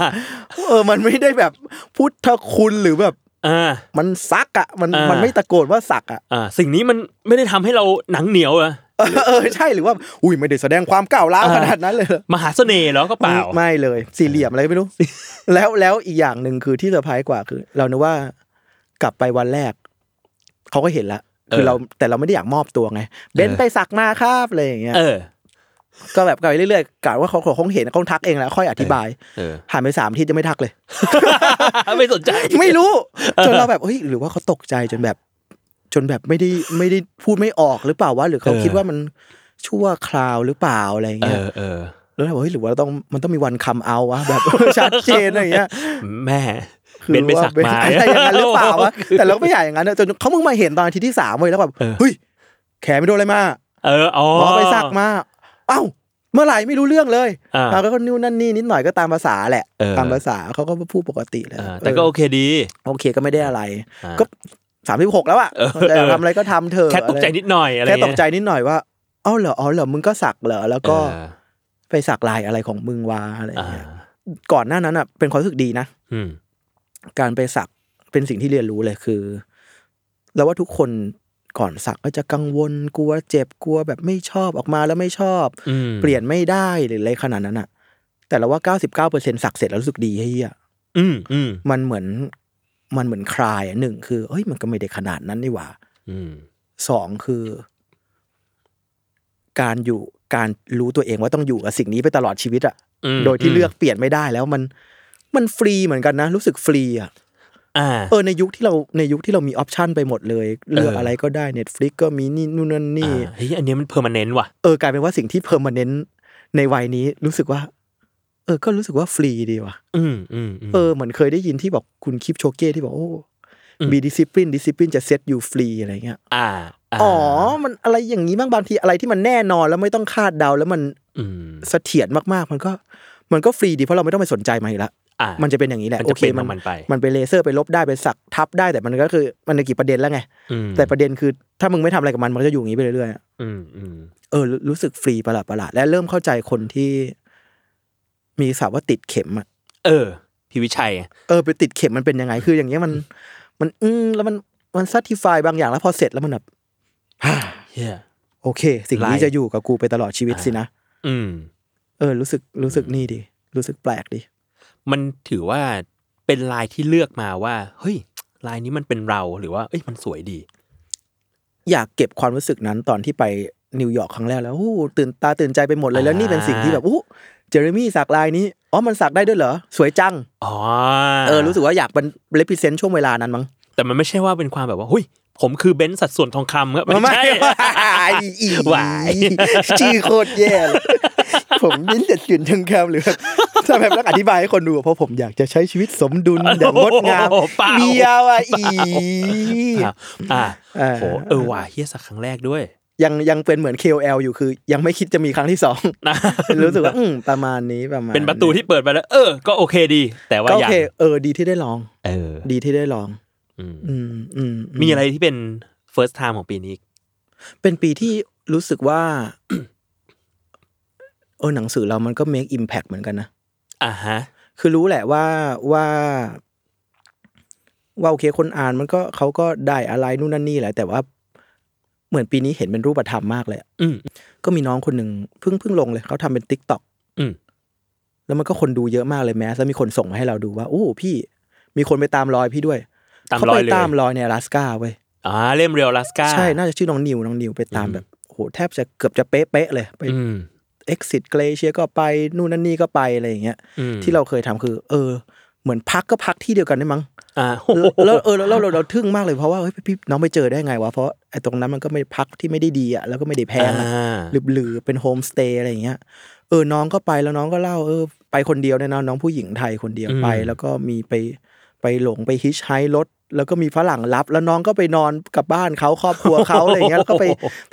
C: เออมันไม่ได้แบบพุทธคุณหรือแบบ
B: อ่า
C: มันสักอ่ะมัน
B: อ่ามั
C: มันไม่ตะโกนว่าสักอ่ะ
B: อ่าสิ่งนี้มันไม่ได้ทำให้เราหนังเหนียวเหรอะ
C: เออเออใช่หรือว่า อุ้ยไม่ได้แสดงความก้าวร้าว
B: อ่า
C: ขนาดนั้นเลยเหรอ
B: มหาเสน่ห์เหรอก็เปล่า
C: ไม่ไม่เลย สี่เหลี่ยมอะไรไม่รู้ แล้วแล้วอีกอย่างหนึ่งคือที่เซอร์ไพรส์กว่าคือ เรานึกว่ากลับไปวันแรกเขาก็เห็นละคื
B: เอ
C: อ
B: อ
C: เราแต่เราไม่ได้อยากมอบตัวไงเบนไปสักมาครับอะไรอย่างเงี้ย
B: เออ
C: ก็แบบกลับไปเรื่อยๆกะว่าเขาคงเห็นเขาทักเองแหล้วค่อยอธิบาย
B: เออ
C: ผ่านไปสามอาที่จะไม่ทักเลย
B: ไม่สนใจ
C: ไม่รู้จนเราแบบเฮ้ยหรือว่าเขาตกใจจนแบบ จนแบบไม่ได้ไม่ได้พูดไม่ออกหรือเปล่าวะหรือเขา
B: เออ
C: คิดว่ามันชั่วคราวหรือเปล่าอะไรอย่าง
B: เอ
C: เงี้ย
B: อเออ
C: แล้วเราบอกเฮ้ยหรือว่าเราต้องมันต้องมีวันคำเอาวะแบบ ชัดเจนอะไรอย่างเงี้ย
B: แม่
C: คือ
B: เบนไปสัก
C: ว่
B: มา
C: เบน อะไรอย่างนั้นหรือเปล่าวะ แต่เราก็ไม่อยากอย่างนั้นอะจนเขาเพิ่งมาเห็นตอนอาทิตย์ที่สามเว้ยแล้วแบบ
B: เออ
C: เฮ้ยแขนไม่โดนอะไรมา
B: เอออ๋อ
C: หมอไปสักมา เอ้า เมื่อไหร่ไม่รู้เรื่องเลย
B: อ่า
C: เราก็นิ้วนั่นนี่นิดหน่อยก็ตามภาษาแหละ
B: เออ
C: ตามภาษาเขาก็พูดปกติเลย
B: อ่าแต่ก็โอเคดี
C: โอเคก็ไม่ได้อะไร
B: อ่า
C: ก็สามสิบหกแล้วอ่ะ
B: เออ
C: แต่ทำอะไรก็ทำเถอะ
B: แค่ตกใจ
C: อะไร
B: นิดหน่อยอะไร
C: แค่
B: เงี้ย
C: ตกใจนิดหน่อยว่าเอ้าเหรออ๋อเหรอมึงก็สักเหรอแล้วก็
B: เออ
C: ไปสักลายอะไรของมึงวาอะไรอย่าง
B: อ่า
C: เงี้ยก่อนหน้านั้นอ่ะเป็นความรู้สึกดีนะ
B: อืม
C: การไปสักเป็นสิ่งที่เรียนรู้เลยคือเราว่าทุกคนก่อนสักก็จะกังวลกลัวเจ็บกลัวแบบไม่ชอบออกมาแล้วไม่ชอบ
B: อืม
C: เปลี่ยนไม่ได้หรืออะไรขนาดนั้นอ่ะ แต่เราว่าเก้าสิบเก้าเปอร์เซ็นสักเสร็จแล้วรู้สึกดีเฮีย
B: อืมอืม
C: มันเหมือนมันเหมือนคลายอ่ะหนึ่งคือเอ้ยมันก็ไม่ได้ขนาดนั้นนี่หว่า
B: อืม
C: สองคือ การอยู่การรู้ตัวเองว่าต้องอยู่กับสิ่งนี้ไปตลอดชีวิตอะ
B: อืม
C: โดยที่เลือกเปลี่ยนไม่ได้แล้วมันมันฟรีเหมือนกันนะ รู้สึกฟรีอะ
B: อ่า
C: เออในยุคที่เราในยุคที่เรามีออปชันไปหมดเลย เลือก
B: เอออ
C: อะไรก็ได้ Netflix ก็มีนี่นู่นนั่นนี่
B: อ่าเฮ้ยอันเนี้ยมันเพอร์มานนว่ะ
C: เออกลายเป็นว่าสิ่งที่เพอร์มานเนนในวัยนี้รู้สึกว่า เออ ก็รู้สึกว่าฟรีดีว่ะ
B: อืมอืมอืม
C: เออเหมือนเคยได้ยินที่บอกคุณคลิปโชเก้ที่บอกโอ้
B: อืม
C: มีดิสซิปลินดิสซิปลินจะเซตอยู่ฟรีอะไรเงี้ย
B: อ่าา
C: อ๋อ มันอะไรอย่างนี้บ้างบางทีอะไรที่มันแน่นอนแล้วไม่ต้องคาดเดาแล้วมัน
B: อืม
C: เสถียรมากๆ มันก็มันก็ฟรีดีเพราะเราไม่ต้องไปสนใจมันอีกละ
B: อ่ามั
C: มันจะเป็นอย่างนี้แหละ
B: มัน
C: โอ
B: จะ
C: เค
B: เป็นข
C: มั
B: อน งมันไป
C: มันไปเลเซอร์ไปลบได้ไปสักทับได้แต่มันก็คือมันในกี่ประเด็นแล้วไง
B: อืม
C: แต่ประเด็นคือถ้ามึงไม่ทำอะไรกับมันมันก็จะอยู่อย่างนี้ไปเรื่อยๆอะ
B: อืมอืม
C: เออรู้รู้สึกฟรีประหลาดประหลาดและเริ่มเข้าใจคนที่ มีสาวว่าติดเข็มอะ
B: เออ พี่วิชัยอ่ะ
C: เออไปติดเข็มมันเป็นยังไงคืออย่างเงี้ยมัน มันอืมแล้วมันมันซัติฟายบางอย่างแล้วพอเสร็จแล้วมันแบบ
B: เฮีย
C: โอเค สิ่งนี้
B: ไล่
C: จะอยู่กับกูไปตลอดชีวิตสินะ
B: อืม
C: เออรู้สึกรู้สึกนี่ดี รู้สึกแปลกดี
B: มันถือว่าเป็นลายที่เลือกมาว่า เฮ้ย ลายนี้มันเป็นเราหรือว่า เอ้ยมันสวยดี
C: อยากเก็บความรู้สึกนั้นตอนที่ไปนิวยอร์กครั้งแรกแล้วโอ้ตื่นตาตื่นใจไปหมดเลยแล้วนี่เป็นสิ่งที่แบบโอ้เจอร์มี่สักลายนี้อ๋อมันสักได้ด้วยเหรอ สวยจัง
B: อ๋อ
C: เออ รู้สึกว่าอยากเป็นเลพิเซนต์ช่วงเวลานั้นมั้ง
B: แต่มันไม่ใช่ว่าเป็นความแบบว่าเฮ้ยผมคือเบนซ์สัดส่วนทองคำครับไม่ใช่
C: ไอ้อี
B: หวาย
C: ชื่อโคตรแย่เลยผมยิ้นเด็ดกลิ่นทึงแคมเลยทำแบบรักอธิบายให้คนดูอะเพราะผมอยากจะใช้ชีวิตสมดุลอย่างงดงาม
B: โอ้โหเปล่า
C: เบียร์ว่ะอี
B: ครับอ่า
C: เออ
B: โหเออว่ะเฮียสักครั้งแรก ด้วย
C: ยังยังเป็นเหมือน KOL อยู่คือ ยังไม่คิดจะมีครั้งที่สอง
B: นะ
C: รู้สึกว่าอืมประมาณนี้ประมาณ
B: เป็นประตูที่เปิดไปแล้ว เออ ก็โอเคดี แต่ว่า
C: ก็โอ
B: อย่าง
C: เคเออ ดีที่ได้ลอง
B: เออ
C: ดีที่ได้ลอง
B: อืม
C: อืมอืม
B: มีอะไรที่เป็น first time ของปีนี้อีก
C: เป็นปีที่รู้สึกว่า เออหนังสือเรามันก็ make impact เหมือนกันนะ
B: อ่าฮะ
C: คือรู้แหละว่าว่า ว่าโอเคคนอ่านมันก็เขาก็ได้อะไรนู่นนั่นนี่แหละ แต่ว่า เหมือนปีนี้เห็นเป็นรูปธรรมมากเลยอะ
B: อืม
C: ก็มีน้องคนหนึ่งเพิ่งเพิ่งลงเลยเขาทำเป็นติ๊กต็อก
B: อืม
C: แล้วมันก็คนดูเยอะมากเลยแม้แล้วมีคนส่งมาให้เราดูว่า โอ้พี่ มีคนไปตามรอยพี่ด้วย
B: ตาม
C: เขา
B: รอ
C: ไป
B: ยเลย
C: ตามรอยในอลาสก้าเว้ย
B: อ่าเล่มเรียวลาสกา
C: ใช่น่าจะชื่อน้องนิวน้องนิวไปตามแบบโอ้โหแทบจะเกือบจะเป๊ะๆเลยไป
B: อืม
C: exit glacier ก็ไปนู่นนั่นนี่ก็ไปอะไรอย่างเงี้ย
B: อืม
C: ที่เราเคยทำคือ เออ เหมือนพักก็พักที่เดียวกันได้มั้ง
B: อ่า
C: แล้วเออแล้วเราเราเราทึ่งมากเลยเพราะว่าเฮ้ยพี่น้องไปเจอได้ไงวะเพราะไอ้ตรงนั้นมันก็ไม่พักที่ไม่ได้ดีอ่ะแล้วก็ไม่ได้แพงอะ
B: อ่า
C: หรือหรือเป็นโฮมสเตย์อะไรอย่างเงี้ย เออ น้องก็ไปแล้วน้องก็เล่า เออ ไปคนเดียวเนี่ยนะน้องผู้หญิงไทยคนเดียว
B: อืม
C: ไป แล้วก็มีไปไปหลงไปฮิชไฮรถ แล้วก็มีฝรั่งรับ แล้วน้องก็ไปนอนกับบ้านเขาครอบครัวเขาอะไรอย่างเงี้ย แล้วก็ไป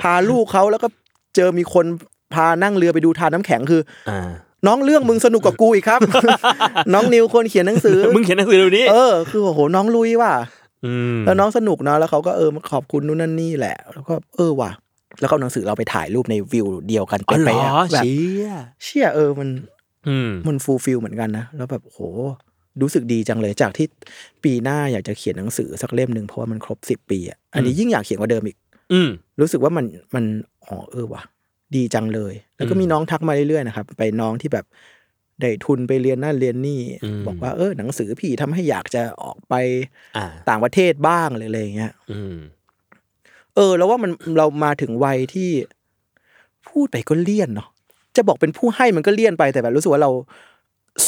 C: พาลูกเขาแล้วก็เจอมีคนพานั่งเรือไปดูทานน้ำแข็งคือ
B: อ่า
C: น้องเรื่องมึงสนุกกว่ากูอีก ครับ น้องนิวคนเขียนหนังสือ
B: มึงเขียนหนังสือเดี๋ยวนี้
C: เออ คือโอ้โห น้องลุยว่ะ
B: อืม
C: แล้วน้องสนุกเนาะแล้วเขาก็เออมาขอบคุณนู่นนั่นนี่แหละ แล้วก็เออว่ะ แล้วก็เอาหนังสือเราไปถ่ายรูปในวิวเดียวกัน
B: อ๋อเหร
C: เป๊ะๆ
B: อ
C: อะแบบ
B: เชี่ย
C: เชี่ยเออมัน
B: อืม
C: มันฟูลฟิลเหมือนกันนะ แล้วแบบโหรู้สึกดีจังเลยจากที่ปีหน้าอยากจะเขียนหนังสือสักเล่มหนึ่งเพราะว่ามันครบสิบปีอะอันนี้ยิ่งอยากเขียนกว่าเดิมอีก
B: อืม
C: รู้สึกว่ามันมันอ๋อเออว่ะ ดีจังเลย แล้วก็มีน้องทักมาเรื่อยๆนะครับ ไปน้องที่แบบได้ทุนไปเรียนนั่นเรียนนี่
B: อืม
C: บอกว่าเออหนังสือพี่ทำให้อยากจะออกไป
B: อ่า
C: ต่างประเทศบ้างหรืออะไรอย่างเงี้ย
B: อืม
C: เออแล้วว่ามันเรามาถึงวัยที่พูดไปก็เลี่ยนเนาะจะบอกเป็นผู้ให้มันก็เลี่ยนไปแต่แบบรู้สึกว่าเรา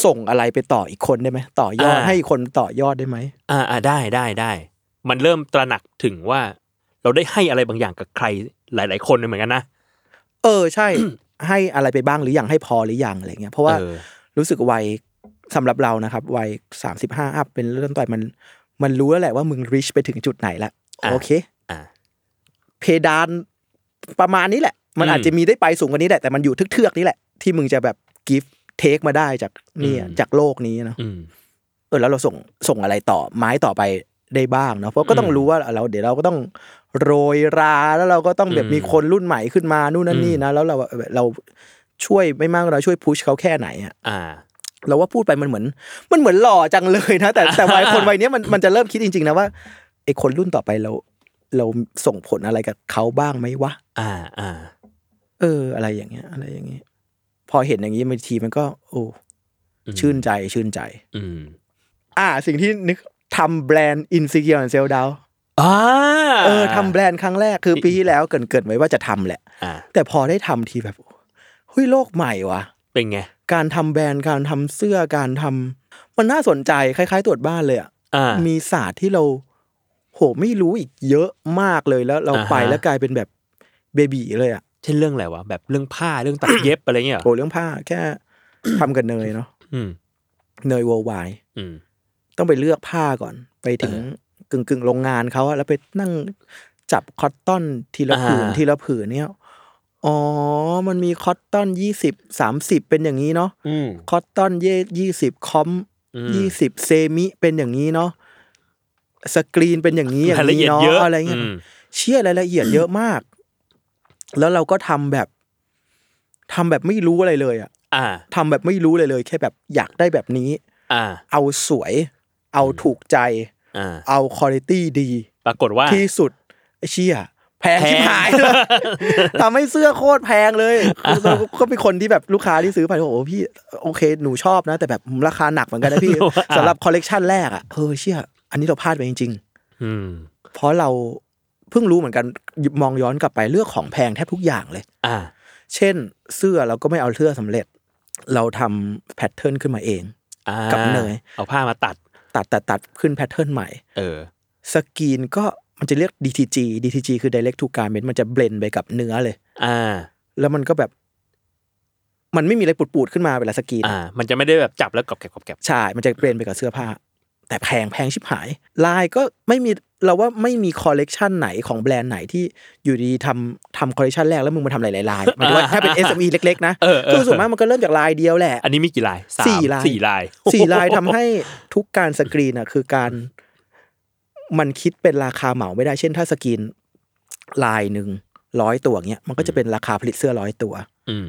C: ส่งอะไรไปต่ออีกคนได้ไหมต่อยอด
B: อ่า
C: ให้อีกคนต่อยอดได้ไหม
B: อ่าอ่าได้ได้ได้ มันเริ่มตระหนักถึงว่า เราได้ให้อะไรบางอย่างกับใครหลาย ๆ คนเหมือนกันนะ
C: เออใช่ ให้อะไรไปบ้างหรือยังให้พอหรือยังอะไรเงี้ยเพราะว่า
B: เออ
C: รู้สึกวัยสำหรับเรานะครับวัยสามสิบห้าอัพเป็นเริ่มต้นมัน มันรู้แล้วแหละว่ามึง reach ไปถึงจุดไหนละโอเค
B: อ่า
C: เพดานประมาณนี้แหละ มัน
B: อืม
C: อาจจะมีได้ไปสูงกว่านี้แหละแต่มันอยู่เทือกๆนี่แหละ ที่มึงจะแบบกิฟต์เทคมาได้จากเนี่ย
B: อืม
C: จากโลกนี้เนาะ
B: อืม
C: เออแล้วเราส่งส่งอะไรต่อไม้ต่อไปได้บ้างเนาะเพราะก็ต้อง
B: อืม
C: รู้ว่าเราเดี๋ยวเราก็ต้องโรยราแล้วเราก็ต้องแบบ
B: อืม
C: มีคนรุ่นใหม่ขึ้นมานู่นนั่นนี่
B: อืม
C: นะแล้วเราเราช่วยไม่มากเราช่วยพุชเขาแค่ไหนอะ
B: อ่า
C: เราว่าพูดไปมันเหมือน มันเหมือนหล่อจังเลยนะ แต่แต่วัยคนวัยเนี้ยมันมันจะเริ่มคิดจริงๆนะว่าไอ้คนรุ่นต่อไปเรา เราส่งผลอะไรกับเขาบ้างไหมวะ
B: อ่าอ่า
C: เออ อะไรอย่างเงี้ย อะไรอย่างเงี้ยพอเห็นอย่างนี้บางทีมันก็ โอ้
B: อืม
C: ชื่นใจชื่นใจ
B: อืม
C: อ่า สิ่งที่นึกทำแบรนด์อินซิเกียร์เซลดาว
B: อ่า
C: เออทำแบรนด์ครั้งแรกคือปีที่แล้วเกินเกินๆไว้ว่าจะทำแหละ
B: อ่า
C: แต่พอได้ทำทีแบบเฮ้ยโลกใหม่ว่ะ
B: เป็นไง
C: การทำแบรนด์การทำเสื้อการทำมันน่าสนใจคล้าย ๆ ตรวจบ้านเลยอ่ะ
B: อ่าม
C: มีศาสตร์ที่เรา โหไม่รู้อีกเยอะมากเลยแล้วเรา
B: อ่าฮะ
C: ไปแล้วกลายเป็นแบบเบบีเลยอ่ะ
B: เช่นเรื่องอะไรวะแบบเรื่องผ้าเรื่องตัดเย็บ อะไรเงี้ยเหรอ
C: โหเรื่องผ้าแค่ ทำกับเนยเนาะ
B: อืม
C: เนย worldwide
B: อืม
C: ต้องไปเลือกผ้าก่อน ไปถึงกึ่งกึ่งๆโรงงานเขาอะแล้วไปนั่งจับคอตตอนทีละผืน
B: อ่า
C: ทีละผืนเนี่ยอ๋อ มันมีคอตตอนยี่สิบสามสิบเป็นอย่างนี้เนาะ
B: อืม
C: คอตตอนเย่ยี่สิบคอม
B: อืม
C: ยี่สิบเซมิเป็นอย่างนี้เนาะสกรีนเป็นอย่างนี้อย่าง
B: รายละเอี
C: นี้
B: ยด
C: เนาะ
B: เยอะ
C: อะไรเงี้ย
B: อืม
C: เชี่ยรายละเอียดเยอะมาก แล้วเราก็ทำแบบทำแบบไม่รู้อะไรเลยอะ
B: อ่า
C: ทำแบบไม่รู้เลยเลย แค่แบบอยากได้แบบนี้
B: อ่า
C: เอาสวย เอาถูกใจ
B: อ่า
C: เอาคุณ i t y ดี
B: ปรากฏว่า
C: ที่สุดไอ้เชี่ยแพง
B: แพง
C: ชิบหาย เลยทำให้เสื้อโคตรแพง เลยคือเราก็เป็นคนที่แบบลูกค้าที่ซื้อไปโอ้โหพี่โอเค หนูชอบนะ แต่แบบราคาหนักเหมือนกันนะพี่
B: ว่า
C: สำหรับคอลเลกชันแรกอ่ะเออเชี่ยอันนี้เราพลาดไปจริง
B: อืม
C: ๆ เพราะเราเพิ่งรู้เหมือนกันมองย้อนกลับไปเลือกของแพงแทบทุกอย่างเลย
B: อ่า
C: เช่น เสื้อเราก็ไม่เอาเสื้อสำเร็จ เราทำแพทเทิร์นขึ้นมาเอง
B: อ่า
C: กับเนย
B: เอาผ้ามาตัด
C: ตัดตัดตัดขึ้นแพทเทิร์นใหม่
B: เออ
C: สกรีนก็มันจะเรียก DTG DTG คือ direct to garment มันจะเบลนไปกับเนื้อเลย
B: อ่า
C: แล้วมันก็แบบ มันไม่มีอะไรปูดๆขึ้นมาเวลาสกรีน
B: อ่า มันจะไม่ได้แบบจับแล้วกรอบแกรบกรอบแกรบ
C: ใช่ มันจะเบลนไปกับเสื้อผ้า แต่แพงแพงชิบหาย ลายก็ไม่มีเราว่าไม่มีคอลเลกชันไหนของแบรนด์ไหนที่อยู่ดีๆทำทำคอลเลกชันแรกแล้วมึงมาทำหลายๆลายหมายถึงว่าถ้าเป็น SME เล็กๆนะ
B: เออเอ
C: คือ
B: อ
C: ส่วนมากมันก็เริ่มจากลายเดียวแหละ
B: อันนี้มีกี่ลายม
C: สี่ลาย
B: สี่ลาย
C: สี่ลายทำให้ทุกการสกรีนอ่ะคือการ มันคิดเป็นราคาเหมาไม่ได้เช่น ถ้าสกรีนลายหนึ่งร้อยตัวเนี้ยมันก็จะเป็นราคาผลิตเสื้อร้อยตัว
B: อืม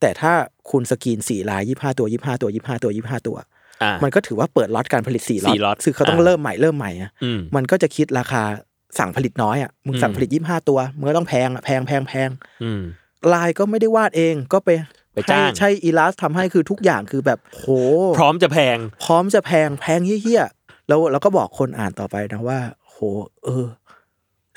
C: แต่ถ้าคุณสกรีนสี่ลายยี่ห้าตัวยี่ห้าตัวยี่ห้าตัวยี่ห้าตัว
B: อ่า
C: มันก็ถือว่าเปิดล็อตการผลิตสี่
B: สี่ล็อต
C: คือเขาต้อง
B: อ่า
C: เริ่มใหม่เริ่มใหม่อะ
B: อืม
C: มันก็จะคิดราคาสั่งผลิตน้อยอ่ะมึงสั่ง
B: อืม
C: ผลิตยี่ห้าตัวมึงก็ต้องแพงอะแพงแพงแพง
B: อืม
C: ลายก็ไม่ได้วาดเองก็ไป
B: ไปจ้าง
C: ให้ใช่อีลาสทำให้คือทุกอย่างคือแบบโห
B: พร้อมจะแพง
C: พร้อมจะแพงแพงเฮี้ยๆแล้วเราก็บอกคนอ่านต่อไปนะว่า โห เออ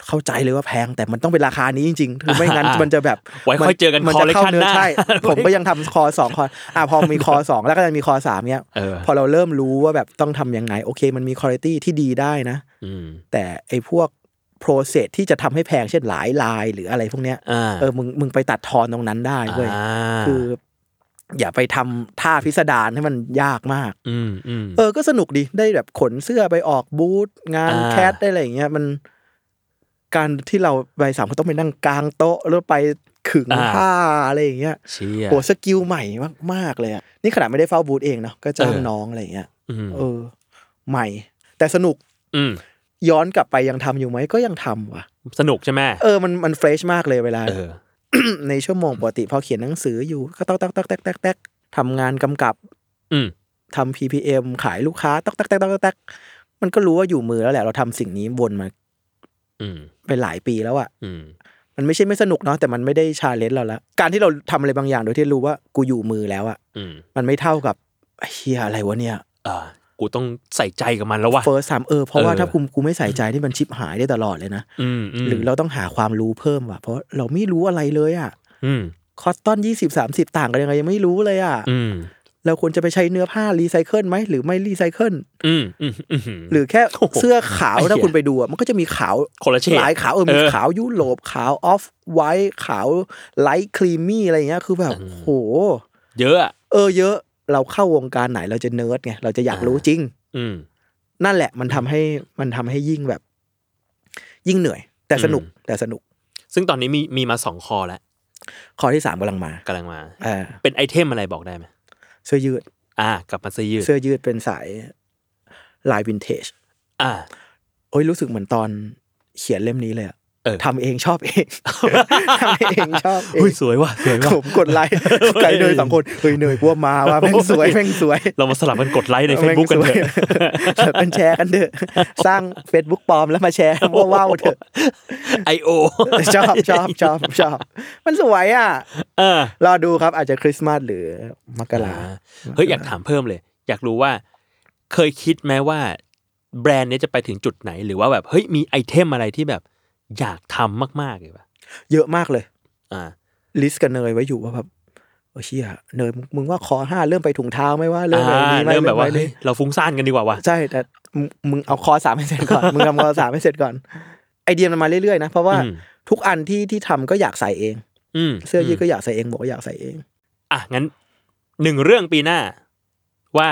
C: เข้าใจเลยว่าแพงแต่มันต้องเป็นราคานี้จริงๆคือไม่งั้น
B: อ่า
C: มันจะแบบ
B: ไว้ค่อยเจอกัน
C: มัจะเข้า
B: collection
C: เนื้
B: ห
C: อ
B: น้า
C: ใช่ ผมก็ยังทำคอสองคออ่ะพอมีคอสองแล้วก็จะมีคอสามเนี้ย
B: เออ
C: พอเราเริ่มรู้ว่าแบบต้องทำยังไง โอเค มันมีคุณภาพที่ดีได้นะ
B: อืม
C: แต่ไอ้พวกโปรเซสที่จะทำให้แพงเช่นหลายลายหรืออะไรพวกเนี้ย
B: อ่า
C: เออมึงมึงไปตัดทอนตรงนั้นได้เว้ย
B: อ่า
C: คือ อย่าไปทำท่าพิสดารให้มันยากมาก
B: อืมอืม
C: เออ ก็สนุกดี ได้แบบขนเสื้อไปออกบูธงาน
B: อ่า
C: แคสได้อะไรอย่างเงี้ย มัน การที่เราไปสามก็ต้องไปนั่งกลางโต๊ะ แล้วไปขึงผ้าอะไรอย่างเงี้ย
B: เชี่ย
C: โหสกิลใหม่มาก ๆ เลยอะนี่ขนาดไม่ได้เฝ้าบูธเองเนาะ ก็จ้างน้องอะไรอย่างเงี้ย
B: อืม
C: เออ ใหม่ แต่สนุก
B: อืม
C: ย้อนกลับไปยังทำอยู่ไหม ก็ยังทำว่ะ
B: สนุกใช่ไหม
C: เออ มัน มันเฟรชมากเลยเวลา
B: เออ
C: ในชั่วโมงปกติพอเขียนหนังสืออยู่ ก็ต๊อกต๊อกต๊อกแต๊กแต๊กแต๊กทำงานกำกับ
B: อืม
C: ทำ PPM ขายลูกค้าตอกแตกตอกแต๊กตอกแตกมันก็รู้ว่าอยู่มือแล้วแหละ เราทำสิ่งนี้วนมา
B: อืม
C: เป็นหลายปีแล้วอะ
B: อืม
C: มันไม่ใช่ไม่สนุกเนาะแต่มันไม่ได้ชาเลนจ์เราละการที่เราทำอะไรบางอย่างโดยที่รู้ว่ากูอยู่มือแล้วอะ
B: อืม
C: มันไม่เท่ากับเฮียอะไรวะเนี่ย
B: เออกูต้องใส่ใจกับมันแล้ววะ
C: first time เออเพราะว่า
B: เออ
C: ถ้ากูกูไม่ใส่ใจนี่มันชิปหายได้ตลอดเลยนะ
B: อืมอืม
C: หรือเราต้องหาความรู้เพิ่มว่ะเพราะเราไม่รู้อะไรเลยอะ
B: อืม
C: คอตตอนยี่สิบสามสิบต่างกันยังไงยังไม่รู้เลยอะ
B: อืม
C: เราควรจะไปใช้เนื้อผ้ารีไซเคิลไหมหรือไม่รีไซเคิล
B: อืมอืมอืม
C: หรือแค่
B: โอ้โห
C: เสื้อขาว
B: ไอ้เหี้ย
C: ถ้าคุณไปดูอะมันก็จะมีขาว
B: คนละเฉด
C: หลายขาวเออมี
B: เออ
C: ขาวยุโรปขาวออฟไวท์ขาวไลท์ครีมมี่อะไรอย่างเงี้ยคือแบบ
B: อืม
C: โห
B: เยอะอะ
C: เออเยอะเราเข้าวงการไหนเราจะเนิร์ดไงเราจะอยาก
B: อ่ารู้
C: รู้จริง
B: อืม
C: นั่นแหละมันทำให้มันทำให้ยิ่งแบบ ยิ่งเหนื่อย แต่สนุก
B: อืม
C: แต่สนุก
B: ซึ่งตอนนี้มีมีมาสองคอแล้ว
C: ข้อที่สามกำลังมาก
B: ำลังมา
C: เออ
B: เป็นไอเทมอะไรบอกได้ไหม
C: เสื้อยืด
B: อ่ากลับมาเสื้อยืด
C: เสื้อยืดเป็นสายลายวินเทจ
B: อ่า
C: โอ้ยรู้สึกเหมือนตอนเขียนเล่มนี้เลยอะ
B: เออ
C: ทำเองชอบเอง ทำเองชอบเอง
B: อุ้ยสวยว่ะสวยว่ะ
C: ผมกดไลค์ ไก่เนยสองคน เฮ้ยเนยกลัวมาว่าแม่งสวยแม่งสวย
B: เรามาสลับกันกดไลค์ใน Facebook กันเถอะ
C: แม่งสวยมันแชร์กันเถอะสร้าง Facebook ปลอมแล้วมาแชร์ ว่าว้าวเถอะ
B: I.O.
C: ชอบ ชอบชอบชอบ มันสวยอ่ะ
B: เออ
C: รอดูครับอาจจะคริสต์มาสหรือมกรา
B: อ่าเฮ้ยอยากถามเพิ่มเลย อยากรู้ว่า เคยคิดไหมว่าแบรนด์เนี้ยจะไปถึงจุดไหน หรือว่าแบบเฮ้ยมีไอเทมอะไรที่แบบอยากทำมากๆเลยปะ
C: เยอะมากเลย
B: อ่า
C: ลิสต์กับเนยไว้อยู่ว่าแบบโอ้เชี่ยเนยมึงมึงว่าคอห้าเริ่มไปถุงเท้าไหม่ว่าเริ่มอะไร
B: อ่า
C: นี้ไหม
B: เริ่มแบบว่า
C: อะไร
B: เฮ้
C: นี้
B: ยเราฟุ้งซ่านกันดีกว่าว่ะ
C: ใช่แต่มึงมึงเอาคอสามให้เสร็จก่อน มึงทำคอสามให้เสร็จก่อน ไอเดียมันมาเรื่อยๆนะเพราะว่า
B: อืม
C: ทุกอันที่ที่ทำก็อยากใส่เอง
B: อืม
C: เสื้อยืดก็อยากใส่เองหมวกก็อยากใส่เอง
B: อ่ะงั้นหนึ่งเรื่องปีหน้า ว่า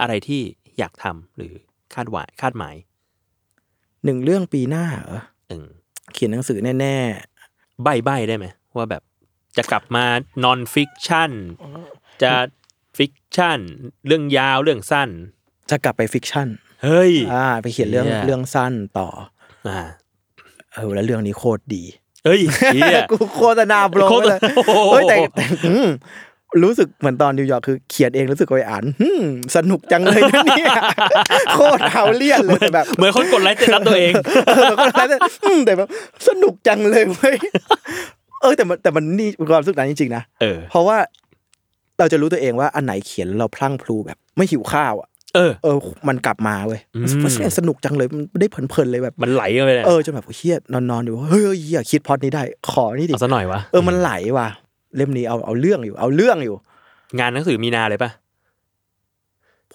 B: อะไรที่อยากทำหรือคาดหวายคาดหมาย
C: หนึ่งเรื่องปีหน้าเหรอ
B: เออ
C: เขียนหนังสือแน่
B: ใบใบได้ไหมว่าแบบจะกลับมานอนฟิกชันจะฟิกชันเรื่องยาวเรื่องสั้น
C: ๆ จะกลับไปฟิกชั่น
B: เฮ้ย
C: อ่า ไปเขียนเรื่อง
B: เหี้ย
C: เรื่องสั้นต่อ
B: อ่า
C: เออแล้วเรื่องนี้โคตรดี
B: เอ้ยเหี้ย
C: กูโฆษณาโปร
B: โฆษ
C: ไปเล
B: ณาย โอ้โห
C: เฮ้ยแต่แต่อืมรู้สึกเหมือนตอนนิวยอร์กคือเขียนเองรู้สึกว่าไปอ่านอืมสนุกจังเลยนะเนี่ย โคตรเอาเลี่ยนเลยแต่แบบ
B: เหมือนคนกดไลค์เสร็จรับตัวเอง
C: เออแล้วก็แล้วอืมแต่แบบสนุกจังเลยเว้ยเออแต่มันแต่มันนี่ความรู้สึกนั้นจริงๆนะ
B: เออ
C: เพราะว่าเราจะรู้ตัวเองว่าอันไหนเขียนแล้วเราพลั่งพลูแบบ ไม่หิวข้าวอ่ะ
B: เออ
C: เออ มันกลับมาเว้ย
B: อืม
C: มันสนุกจังเลย มันได้เพลินๆเลยแบบ
B: มันไหลเข้าไปเลย
C: เออ จนแบบเครียดนอนๆอยู่ เฮ้ยเหี้ยคิดพล็อดนี้ได้ ขอนี่ดิ
B: เอาซะหน่อยวะ
C: เออ มันไหลว่ะ เล่มนี้เอาเอาเรื่องอยู่ เอาเรื่องอยู่
B: งานหนังสือมีนาเลยปะ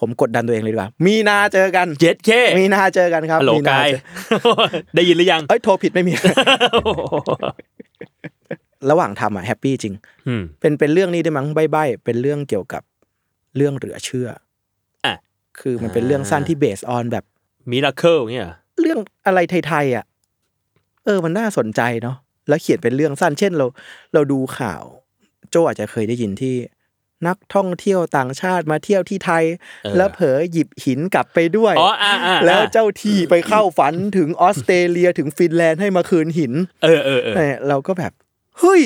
C: ผมกดดันตัวเองเลยดีกว่า มีนาเจอกัน
B: เจ็ดเค
C: มีนาเจอกันครับ
B: ฮัลโหล
C: มีนาก
B: าย
C: เจอ
B: ได้ยินหรือยัง
C: เอ้ย โทรผิดไม่มี ระหว่างทำอ่ะแฮปปี้จริง
B: อืม
C: เป็นเป็นเรื่องนี้ได้มั้งใบ้ๆเป็นเรื่องเกี่ยวกับเรื่องเหลือเชื่ออ่ะ
B: อ่ะ
C: คือมันเป็นเรื่องสั้นที่เบสออนแบบ
B: มิราเคิลเงี้ยเหรอ
C: เรื่องอะไรไทยๆอ่ะ เออ มันน่าสนใจเนาะ แล้วเขียนเป็นเรื่องสั้น เช่นเรา เราดูข่าว โจอาจจะเคยได้ยินที่ นักท่องเที่ยวต่างชาติมาเที่ยวที่ไทย
B: เออ
C: แล้วเผลอหยิบหินกลับไปด้วย
B: อ๋ออ่าอ่า
C: แล้วเจ้าที่ไปเข้าฝันถึงออสเตรเลียถึงฟินแลนด์ให้มาคืนหิน
B: เออเออเออ
C: เนี่ยเราก็แบบ เฮ้ย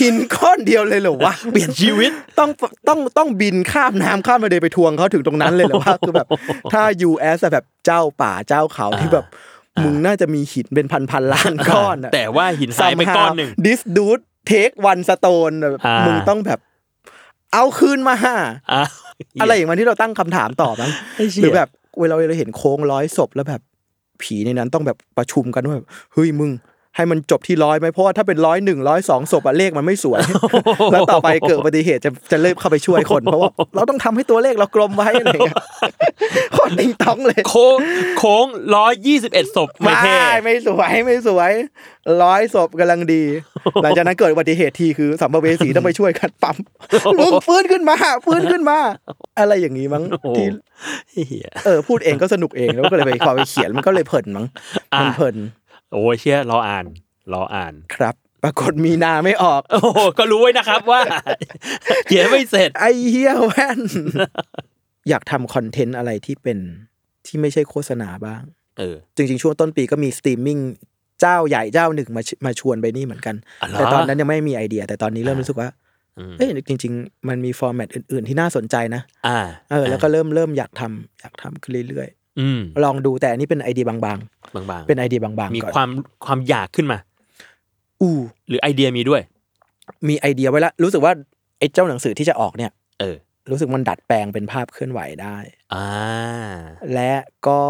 C: หินก้อนเดียวเลยเหรอวะ
B: เปลี่ยนชีวิต
C: ต้องต้องต้องบินข้ามน้ำข้ามทะเลไปทวงเขาถึงตรงนั้นเลยเหรอว่า คือแบบ ถ้า US อะแบบเจ้าป่าเจ้าเขาที่แบบ มึงน่าจะมีหินเป็นพันพันๆล้านก้อนอะ
B: แต่ว่าหินหายไปก้อนหนึ่ง
C: this dude take one stone แบบ
B: อ่ามึ
C: มึงต้องแบบ เอาคืนมา
B: อ่ะ
C: อะไรอย่างมันที่เราตั้งคำถามต่อมัน
B: ไอ้เหี้ย
C: หรือแบบเวลาเราเห็นโค้งร้อยศพแล้วแบบ ผีในนั้นต้องแบบประชุมกันว่าแบบเฮ้ยมึง ให้มันจบที่ร้อยไหมเพราะว่าถ้าเป็นร้อยหนึ่งร้อยสองศพอะเลขมันไม่สวย แล้วต่อไปเกิดอุบัติเหตุจะจะเริ่มเข้าไปช่วยคน เพราะว่าเราต้องทำให้ตัวเลขเรากลมไว้อะไร อย่างเงี้ยโคตรติงต้องเลย
B: โค้งโค้งร้อยยี่สิบเอ็ดศพไม่เท่
C: ไม่ไม่สวยไม่สวยร้อยศพกำลังดี หลังจากนั้นเกิดอุบัติเหตุทีคือสัมภเวสีต้องไปช่วยกันปั๊มลุงฟื้นขึ้นมาฟื้นขึ้นมา อะไรอย่างนี้มั้ง
B: โอ้โห
C: ที่
B: เหี้ย
C: เออพูดเองก็สนุกเองแล้วก็เลยไปพอไปเขียนมันก็เลยเพลินมั้ง
B: อ่ะ
C: มันเพลิน
B: โอ้ยเชี่ยรออ่าน รออ่าน
C: ครับ ปรากฏมีนาไม่ออก
B: โอ้โหก็รู้ไว้นะครับว่า เขียนไม่เสร็จ
C: ไอเฮียแว่น อยากทำคอนเทนต์อะไรที่เป็นที่ไม่ใช่โฆษณาบ้าง
B: เออ
C: จริงๆ ช่วงต้นปีก็มีสตรีมมิ่งเจ้าใหญ่เจ้าหนึ่งมาชมาชวนไปนี่เหมือนกัน
B: อ๋อเหรอ
C: แต่ตอนนั้นยังไม่มีไอเดีย แต่ตอนนี้เริ่มรู้สึกว่า
B: อืม
C: เอ้ยจริง ๆ มันมีฟอร์แมตอื่น ๆ ที่น่าสนใจนะ
B: อ่า
C: เออแล้วก็เริ่มเริ่มอยากทำอยากทำขึ้นเรื่อย
B: อืม
C: ๆ ลองดูแต่อันนี้เป็นไอเดียบาง
B: บาง
C: ๆ
B: ๆ
C: เป็นไอเดียบาง
B: มี
C: ๆก่อน
B: ความความอยากขึ้นมา
C: อู้
B: หรือไอเดียมีด้วย
C: มีไอเดียไว้ละรู้สึกว่าไอ้เจ้าหนังสือที่จะออกเนี่ย
B: เออ
C: รู้สึกมันดัดแปลงเป็นภาพเคลื่อนไหวได้
B: อ่า
C: และก็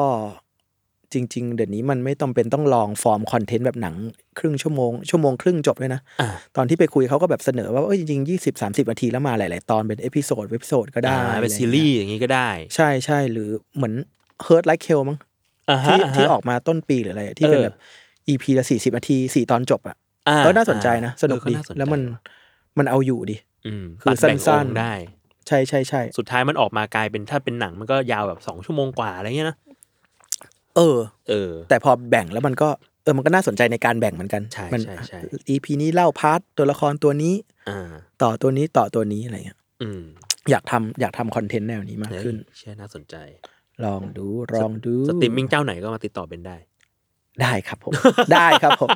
C: จริง ๆ เดี๋ยวนี้มันไม่ต้องเป็นต้องลองฟอร์มคอนเทนต์แบบหนังครึ่งชั่วโมง ชั่วโมงครึ่งจบเลยนะ
B: อ่า
C: ตอนที่ไปคุยเขาก็แบบเสนอว่าเอ้ยจริงๆยี่สิบสามสิบนาทีแล้วมาหลาย ๆ ตอนเป็นเอพิโซดเอพิโซดก็ได้
B: อ่าเป็นซีรีส์อย่างนี้ก็ได้
C: ใช่ใช่หรือเหมือน Hurt Like Hell มั้ง
B: อ่า
C: ที่
B: ฮะาฮะ
C: ที่ออกมาต้นปีหรืออะไรอะที่เป็น
B: เออ
C: แบบ EP ละสี่สิบนาทีสี่ตอนจบอ่ะ
B: อ่
C: ก็น่าสนใจนะ
B: อ่า
C: สนุก
B: เอ
C: ดี
B: อาสใจ
C: แล้วมันมันเอาอยู่ดิ
B: อืม
C: คือ
B: ตัดแบ่ง
C: สั้
B: อง
C: น
B: ค์
C: ๆ
B: ได้
C: ใช่ใช่ใช่
B: สุดท้ายมันออกมากลายเป็นถ้าเป็นหนังมันก็ยาวแบบสองชั่วโมงกว่าอะไรเงี้ยนะ
C: เออ
B: เออ
C: แต่พอแบ่งแล้วมันก็เออมันก็น่าสนใจในการแบ่งเหมือนกัน
B: ใช่
C: มัน
B: ใช่ใช่
C: EP นี้เล่าพาร์ทตัวละครตัวนี้
B: อ่า
C: ต่อตัวนี้ต่อตัวนี้อะไรเงี้ย
B: อืม
C: อยากทำอยากทำคอนเทนต์แนวนี้มาก
B: เฮ้ย
C: ขึ้น
B: เชื่อน่าสนใจ
C: ลองดูลองดู
B: สตรีมมิ่งเจ้าไหนก็มาติดต่อเป็นได้
C: ได้ครับผม ได้ครับผม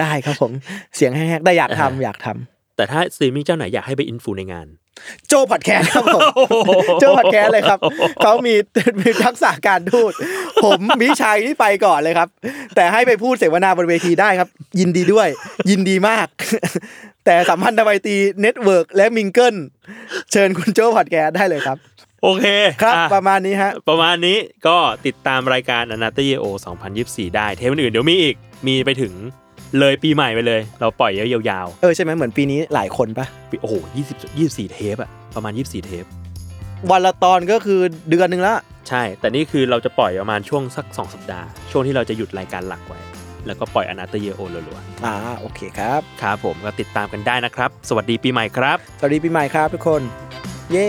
C: ได้ครับผม เสียงแหกๆได้อยากทำอยากทำ
B: แต่ถ้าสตรีมมิ่งเจ้าไหนอยากให้ไปอินฟูในงาน
C: โจพอดแคสต์ครับผม โจพอดแคสต์เลยครับเขามี มีทักษะการพูด ผมมิชัยนี่ไปก่อนเลยครับ แต่ให้ไปพูดเสวนาบนเวทีได้ครับ ยินดีด้วย ยินดีมาก แต่สัมพันธไมตรีเน็ตเวิร์กและมิงเกิลเชิญคุณโจพอดแคสต์ได้เลยครับ
B: โอ โอเค
C: ครับ
B: อ่ะ
C: ประมาณนี้ฮะ
B: ประมาณนี้ก็ติดตามรายการ a n a t o o 2024 ได้ เทปอื่นๆเดี๋ยวมีอีก มีไปถึงเลยปีใหม่ไปเลย เราปล่อยยาว
C: เออใช่ไหมเหมือนปีนี้หลายคนปะ
B: ๆปีโอ้โห20 24 เทปอะประมาณ 24 เทป
C: วันละตอนก็คือเดือนหนึ่งละ
B: ใช่ แต่นี่คือเราจะปล่อยประมาณช่วงสัก 2 สัปดาห์ ช่วงที่เราจะหยุดรายการหลักไว้ แล้วก็ปล่อยอนาตเยโอลัว
C: อ่าโอเคครับ
B: ๆครับผมก็ติดตามกันได้นะครับ สวัสดีปีใหม่ครับ
C: สวัสดีปีใหม่ครับทุกคน เย้